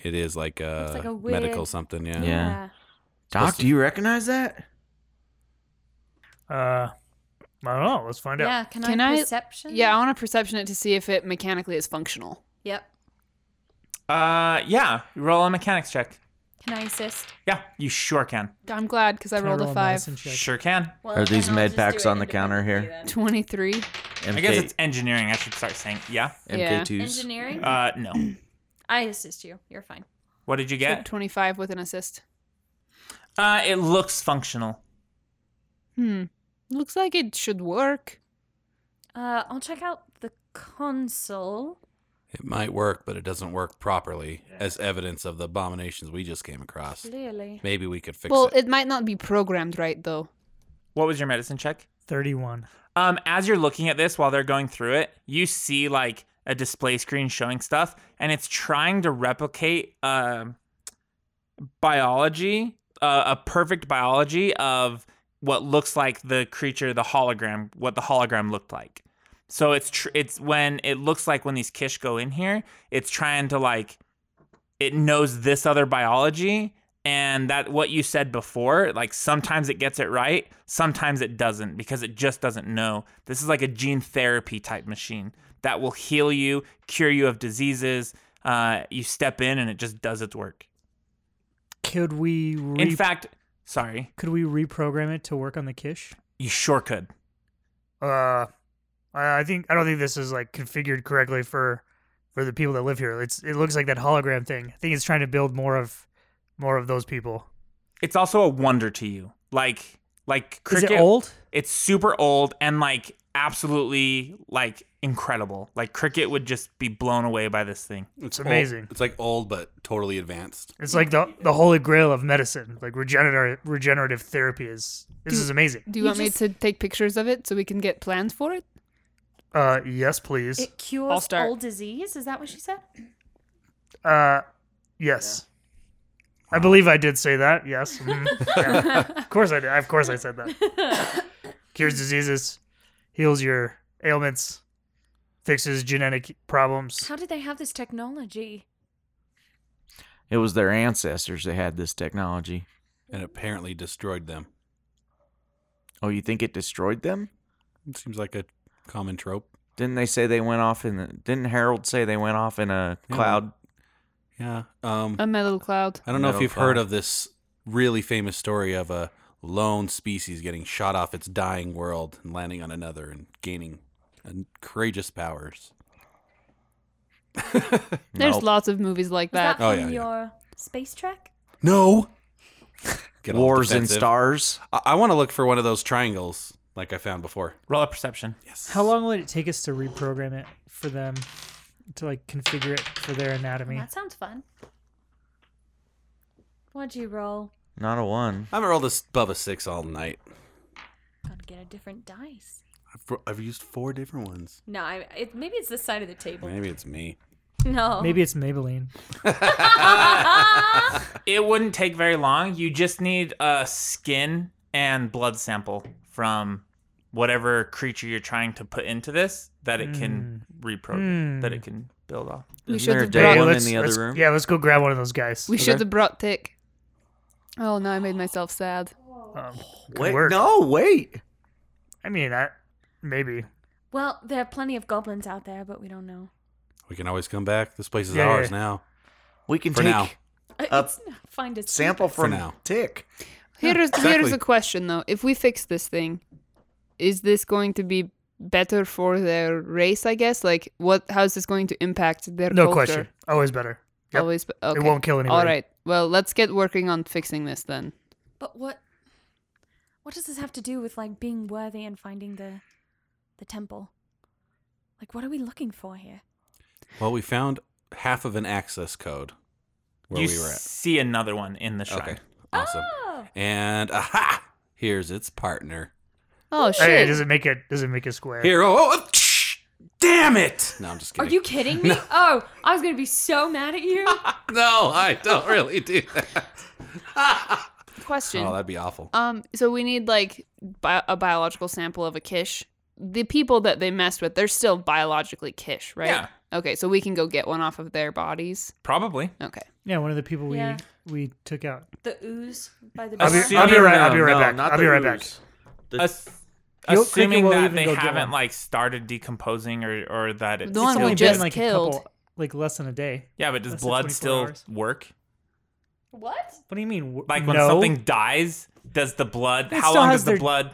it is like a, Looks like a medical wig. something, yeah. Yeah. Doc, Supposed to- do you recognize that? Uh, I don't know. Let's find out. Yeah. Can, Can I I- perception? Yeah, I want to perception it to see if it mechanically is functional. Yep. Uh, yeah, roll a mechanics check. Can I assist? Yeah, you sure can. I'm glad because I Can rolled roll a 5. medicine check? Sure can. Well, Are then these I'll med just do packs it on the counter here? independently 23. I guess it's engineering. I should start saying yeah. Yeah. MK2s. Then. Engineering. Uh, no. I assist you. You're fine. What did you So get? 25 with an assist. Uh, it looks functional. Hmm. Looks like it should work. Uh, I'll check out the console. It might work, but it doesn't work properly as evidence of the abominations we just came across. Clearly. Maybe we could fix well, it. it might not be programmed right, though. What was your medicine check? 31. Um, as you're looking at this while they're going through it, you see like a display screen showing stuff, and it's trying to replicate um biology, uh, a perfect biology of what looks like the creature, the hologram, what the hologram looked like. So it's tr- it's when it looks like when these kish go in here, it's trying to like it knows this other biology and that what you said before like sometimes it gets it right sometimes it doesn't because it just doesn't know this is like a gene therapy type machine that will heal you cure you of diseases uh, you step in and it just does its work Could we re- in fact sorry could we reprogram it to work on the Kish? you sure could Uh, I I think I don't think this is like configured correctly for for the people that live here. It's it looks like that hologram thing. I think it's trying to build more of more of those people. it's also a wonder to you like like cricket Is it old? it's super old and like absolutely like incredible like cricket would just be blown away by this thing it's old- amazing. It's like old but totally advanced. It's like the the holy grail of medicine. Like regenerative regenerative therapy is this is amazing. Do you, You want just- me to take pictures of it so we can get plans for it? Uh, yes, please. It cures start. all disease. Is that what she said? Uh, yes. I believe I did say that. Yes. Mhm. Yeah. of course I did. Of course I said that. Cures diseases, heals your ailments, fixes genetic problems. How did they have this technology? It was their ancestors that had this technology. And apparently destroyed them. Oh, you think it destroyed them? It seems like a common trope. Didn't they say they went off in? The, didn't Harold say they went off in a Yeah. cloud? Yeah. Mm. Um A metal cloud. I don't know if Metal you've heard cloud. of this really famous story of a lone species getting shot off its dying world and landing on another and gaining uh, courageous powers. There's Nope. lots of movies like Was that that. Oh, from yeah, yeah. your space track? No. Get all Wars and defensive. stars. I, I want to look for one of those triangles like I found before. roll a perception Yes. How long would it take us to reprogram it for them to like configure it for their anatomy? That sounds fun. What'd you roll? Not a one. I haven't rolled a s- above a six all night. Gotta get a different dice. I've, ro- I've used four different ones. No, I, it, maybe it's this side of the table. Maybe it's me. No. Maybe it's Maybelline. It wouldn't take very long. You just need a skin and blood sample from whatever creature you're trying to put into this that it can reprogram, Mm. that it can build off. We Isn't should there a have day brought. one in let's- the other let's- room? Yeah, let's go grab one of those guys. We should have brought Tick. Oh no, I made myself sad. Um, good Wait, work. no, wait. I mean, I, maybe. Well, there are plenty of goblins out there, but we don't know. We can always come back. This place is Yeah, ours yeah. now. We can For take now. Uh, Uh, it's not- find a sample For from now. Tick. Here's here's exactly. the question though: If we fix this thing, is this going to be better for their race? I guess. Like, what? How is this going to impact their No culture? question. Always better. Yep. Always. be- Okay. won't kill All anybody. right. Well, let's get working on fixing this then. But what? What does this have to do with like being worthy and finding the, the temple? Like, what are we looking for here? Well, we found half of an access code where you we were at. see another one in the shrine. Okay. Awesome. Oh. And aha! Here's its partner. Oh shit! Hey, does it make it? Does it make a square? Here. Oh, oh, oh, shh, damn it! No, I'm just Are kidding. you kidding me? Oh, I was gonna be so mad at you. No, I don't really do that. question. Oh, that'd be awful. Um, so we need like bi- a biological sample of a kish. The people that they messed with, they're still biologically kish, right? Yeah. Okay, so we can go get one off of their bodies. Probably. Okay. Yeah, one of the people we Yeah. we took out. The ooze by the I'll be, door. I'll be Assuming- right. I'll be right No, back. not I'll be the right back. ooze. Ass- You'll- Cricket assuming will that even they go get haven't one. like started decomposing or, or that it's The one still- we only just been like killed. a couple, like less than a day. yeah, but does Less than blood 24 still hours. work? What? What do you mean? w- Like when no? something dies, does the blood? It how still long has does the their- blood?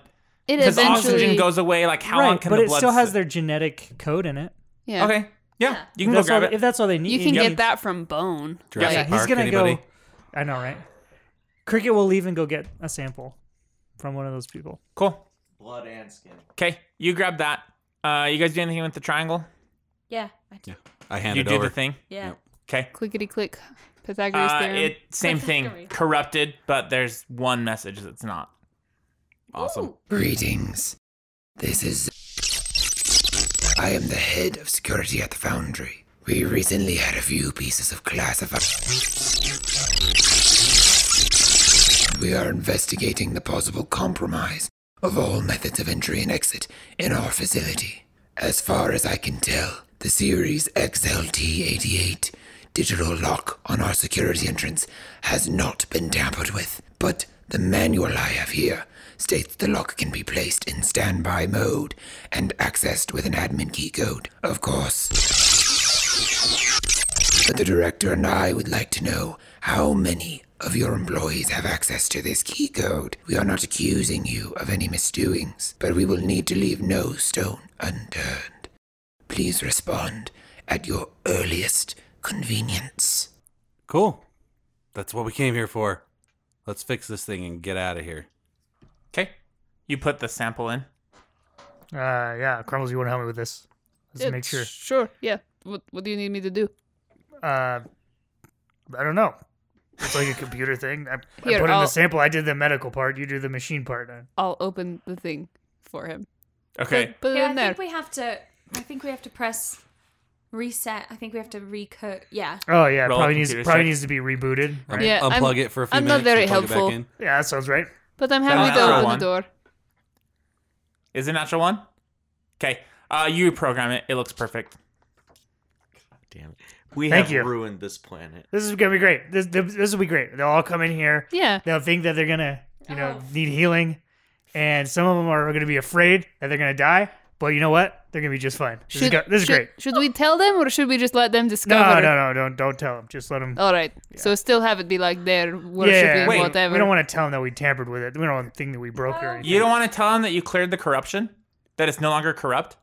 It Because eventually oxygen goes away. Like how right, long can but the it blood? still has sit- their genetic code in it. Yeah. Okay. Yeah, Yeah. you can That's go all- grab it. If that's all they need, You can Yep. get that from bone. Jurassic Like, he's Park, gonna anybody? go. I know, right? Cricket will even go get a sample from one of those people. Cool. Blood and skin. Okay, you grab that. Uh, you guys do anything with the triangle? Yeah. I did. I hand you it do over. the thing. Yeah. Yep. Okay. clickety click. Pythagoras Uh, theorem. it same thing. Pythagorean. Corrupted, but there's one message that's not. Awesome. Greetings. This is. I am the head of security at the foundry. We recently had a few pieces of classified. We are investigating the possible compromise of all methods of entry and exit in our facility. As far as I can tell, the Series XLT88 digital lock on our security entrance has not been tampered with, but the manual I have here states the lock can be placed in standby mode and accessed with an admin key code, of course. But the director and I would like to know how many of your employees have access to this key code. We are not accusing you of any misdoings, but we will need to leave no stone unturned. Please respond at your earliest convenience. Cool. That's what we came here for. Let's fix this thing and get out of here. Okay. You put the sample in. Uh, yeah, Crumbles, you want to help me with this? Let's Yeah, make sure. Sure. Yeah. What What do you need me to do? Uh, I don't know. It's like a computer thing. I, I Here, put in the I'll- sample. I did the medical part. You do the machine part. Now. I'll open the thing for him. Okay. Put it Yeah, I in there. think we have to. I think we have to press reset. I think we have to recode. Yeah. Oh yeah, Roll probably a needs computer probably check. needs to be rebooted. Right? Yeah, I'm- Unplug it for a few I'm minutes. not very and plug it back helpful. in. Yeah, that sounds right. but I'm happy to Natural open one. the door. Is it natural one? Okay. Uh, you program it. It looks perfect. Damn it. We Thank have you. ruined this planet. This is gonna be great. This this this will be great. They'll all come in here. Yeah. They'll think that they're gonna you know Oh. need healing, and some of them are gonna be afraid that they're gonna die. But you know what? They're gonna be just fine. This is, go- this is should, great. Should we tell them or should we just let them No, discover? no, no, don't don't tell them. Just let them. All right. So still have it be like they're worshiping yeah, Wait, whatever. we don't want to tell them that we tampered with it. We don't want to think that we broke it or anything. You don't want to tell them that you cleared the corruption? That it's no longer corrupt?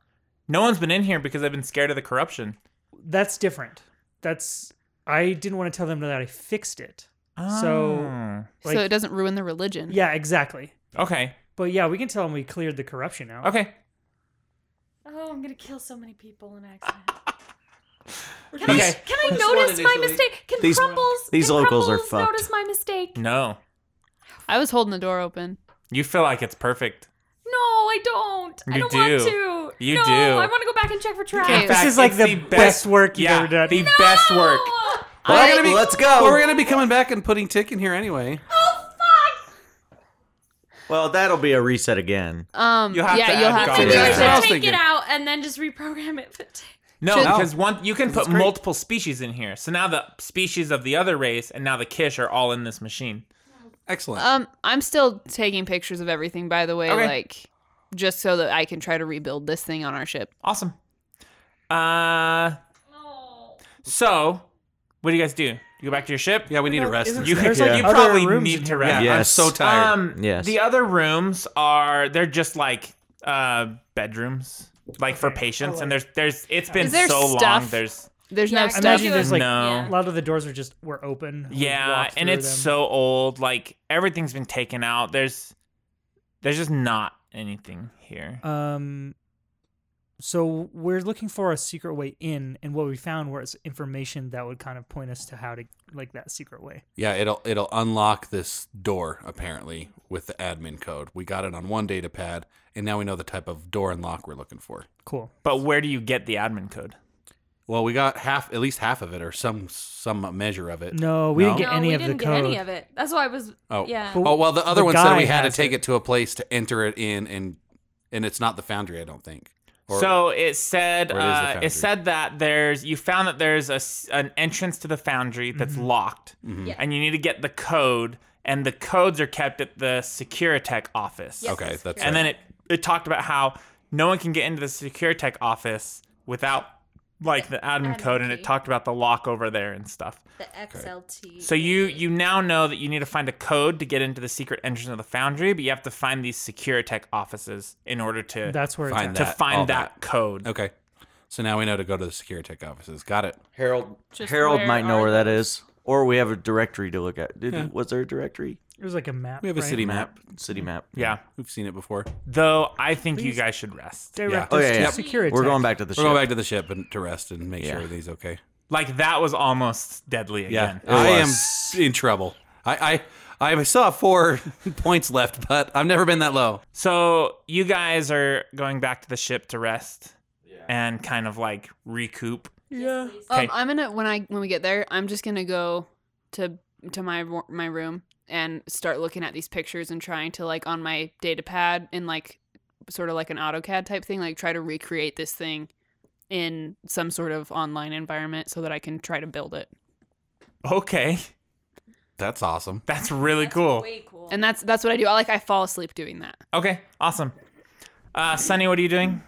No one's been in here because they've been scared of the corruption. That's different. That's I didn't want to tell them that I fixed it. So- Like, so it doesn't ruin the religion. yeah, exactly. Oh. Okay. But yeah, we can tell them we cleared the corruption out. Okay. Oh, I'm gonna kill so many people in accident. Can, I, Okay. can I Just one notice my initially. mistake? Can These- crumbles? these can locals are Crumbles fucked. Notice my mistake? No. I was holding the door open. You feel like it's perfect. No, I don't. I You don't do. want to. You no, do. I want to go back and check for traps. In fact, is like it's the best work you've yeah, ever done. The best work. Well, we're I- gonna be, let's go. Well, we're gonna be coming back and putting Tick in here anyway. Well, that'll be a reset again. Uh, Um, You'll have yeah, to you'll add have to. garbage. do Yeah. I that. Just was take it thinking- out and then just reprogram it. For t- No, Should- because one you can put multiple species in here. So now the species of the other race and now the Kish are all in this machine. Excellent. Um, I'm still taking pictures of everything, by the way, Okay. like just so that I can try to rebuild this thing on our ship. Awesome. Uh So, what do you guys do? You go back to your ship? yeah, we need a rest. You, There's, you like, other probably rooms in need to here. rest. I'm Yes. so tired. Um, Yes. The other rooms are they're just like uh bedrooms, like for patients. and there's there's it's been Is there so long. stuff? There's There's Yeah, no I stuff. Imagine Stuff. there's like No. a lot of the doors are just were open. We yeah, walked and through it's them. so old. Like everything's been taken out. There's there's just not anything here. Um, so we're looking for a secret way in, and what we found was information that would kind of point us to how to like that secret way. Yeah, it'll it'll unlock this door apparently with the admin code. We got it on one data pad, and now we know the type of door and lock we're looking for. Cool. But where do you get the admin code? Well, we got half, at least half of it, or some some measure of it. No, we didn't No? get no, any we of didn't the get code. any of it. That's why I was. Oh, Yeah. But oh well, the other the one said we guy had to has take it. it. to a place to enter it in, and and it's not the foundry, I don't think. Or- so it said or it is the uh, foundry. it said that there's you found that there's a s an entrance to the foundry that's Mm-hmm. locked, Mm-hmm. Yeah. and you need to get the code, and the codes are kept at the Securitech office. Yes, okay, yes, that's And right. then it it talked about how no one can get into the Securitech office without like the admin Admin code, and it key. talked about the lock over there and stuff. The XLT. So you you now know that you need to find a code to get into the secret entrance of the foundry, but you have to find these Securitech offices in order to That's where Find it's to that, all find that, code. okay. So now we know to go to the security tech offices. Got it. Harold Just Harold where might know are where that is, or we have a directory to look at. Did, Was there a directory? at. It was like a map. We have a right? city map. City map. Yeah. We've seen it before. Though I think you guys should rest. Direct Yeah. us Oh, yeah, to yeah. security. We're going back to the We're ship. going back to the ship and to rest and make Yeah. sure everything's okay. Like that was almost deadly Yeah, again. I am was. in trouble. I I, I still have four points left, but I've never been that low. So you guys are going back to the ship to rest and kind of like recoup. Yeah. Okay. Um, I'm gonna when I when we get there, I'm just gonna go to to my ro- my room and start looking at these pictures and trying to like on my data pad in like sort of like an AutoCAD type thing, like try to recreate this thing in some sort of online environment so that I can try to build it. Okay. That's awesome. That's really That's cool. Way cool. And that's that's what I do. I like I fall asleep doing that. Okay, awesome. Uh Sunny, what are you doing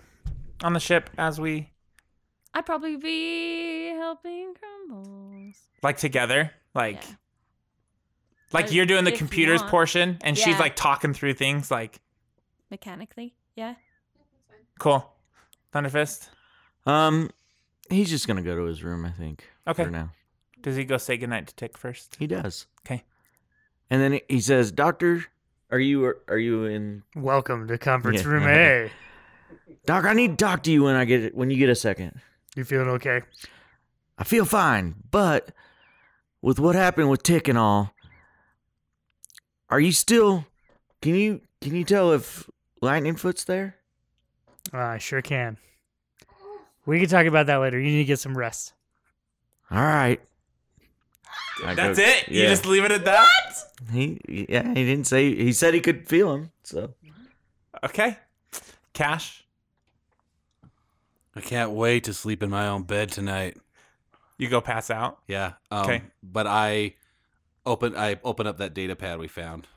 on the ship as we I'd probably be helping crumbles. like together? Like Yeah. Like Like, you're doing the if you computers want. portion and she's Yeah. like talking through things like Mechanically, yeah. cool. Thunderfist. Um, he's just gonna go to his room, I think. Okay. For now, Does he go say goodnight to Tick first? he does. Okay. And then he- he says, "Doctor, are you are you in? Welcome to conference Yeah. room A. Doc, I need to talk to you when I get it when you get a second. You feeling okay? I feel fine, but with what happened with Tick and all, are you still? Can you can you tell if Lightning Foot's there? I Uh, sure can. We can talk about that later. You need to get some rest. All right. I That's go- it? You yeah. just leave it at that? He yeah. He didn't say. He said he could feel him. So Okay. Cash, I can't wait to sleep in my own bed tonight. you go pass out. Yeah. Um, Okay. But I open I open up that data pad we found,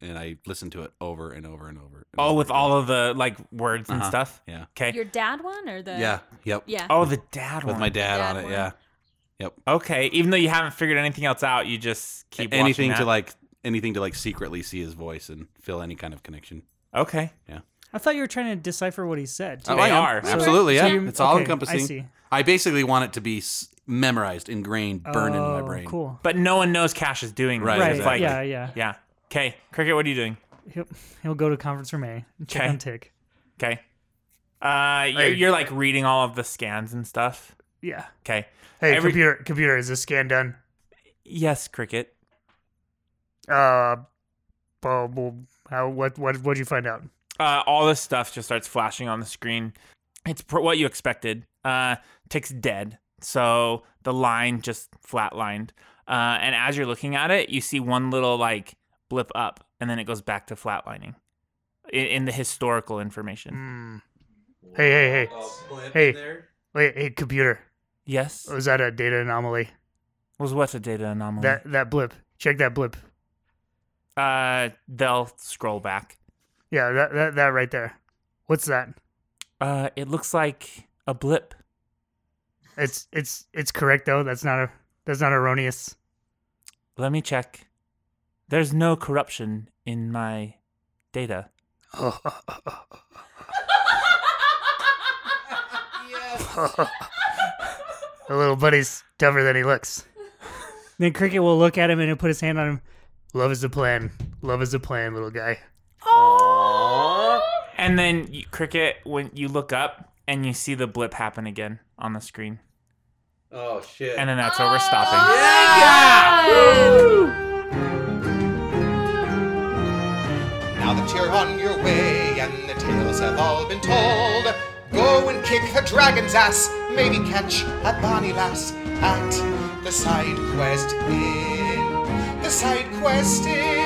and I listen to it over and over and over. and Oh, over with again. all of the like words and Uh-huh. stuff. Yeah. Okay. Your dad one or the Yeah. Yep. yeah. Oh, the dad With one. my dad, Dad on it. one. Yeah. Okay, even though you haven't figured anything else out, you just keep watching anything to that. like anything to like secretly see his voice and feel any kind of connection. Okay. I thought you were trying to decipher what he said. too. Oh, I am. are. absolutely. Yeah. So you- It's all okay, encompassing. I see. I basically want it to be s- memorized, ingrained, burned into my Oh, brain. Cool. But no one knows Cash is doing Right, this. Right. It's like, yeah. yeah. Yeah. Okay, Cricket, what are you doing? He'll, he'll go to conference room A. And check Okay. on Tick. Okay. Uh, you're, you're like reading all of the scans and stuff. Yeah. Okay. Hey, Every- computer, computer, is this scan done? Yes, Cricket. Uh, well, well, how? What? What? What'd you find out? Uh, all this stuff just starts flashing on the screen. It's pr- what you expected. Uh, Tick's dead, so the line just flatlined. Uh, and as you're looking at it, you see one little like blip up, and then it goes back to flatlining. In, in the historical Mm. information. Hmm. Hey, hey, hey, hey, there? wait, hey, computer. Yes. Was that a data anomaly? Was what a data Mm. anomaly? That that blip. Check that blip. Uh, they'll scroll back. Yeah, that that, that right there. What's that? Uh, it looks like a blip. It's it's it's correct though. That's not a that's not erroneous. Let me check. There's no corruption in my data. The little buddy's tougher than he looks. Then Cricket will look at him and he'll put his hand on him. Love is the plan. Love is the plan, little guy. And then you, Cricket, when you look up and you see the blip happen again on the screen, Oh shit. and then that's where we're stopping. Oh. Uh, Now that you're on your way and the tales have all been told, go and kick the dragon's ass, maybe catch a bonny lass at the side quest inn. The side quest inn.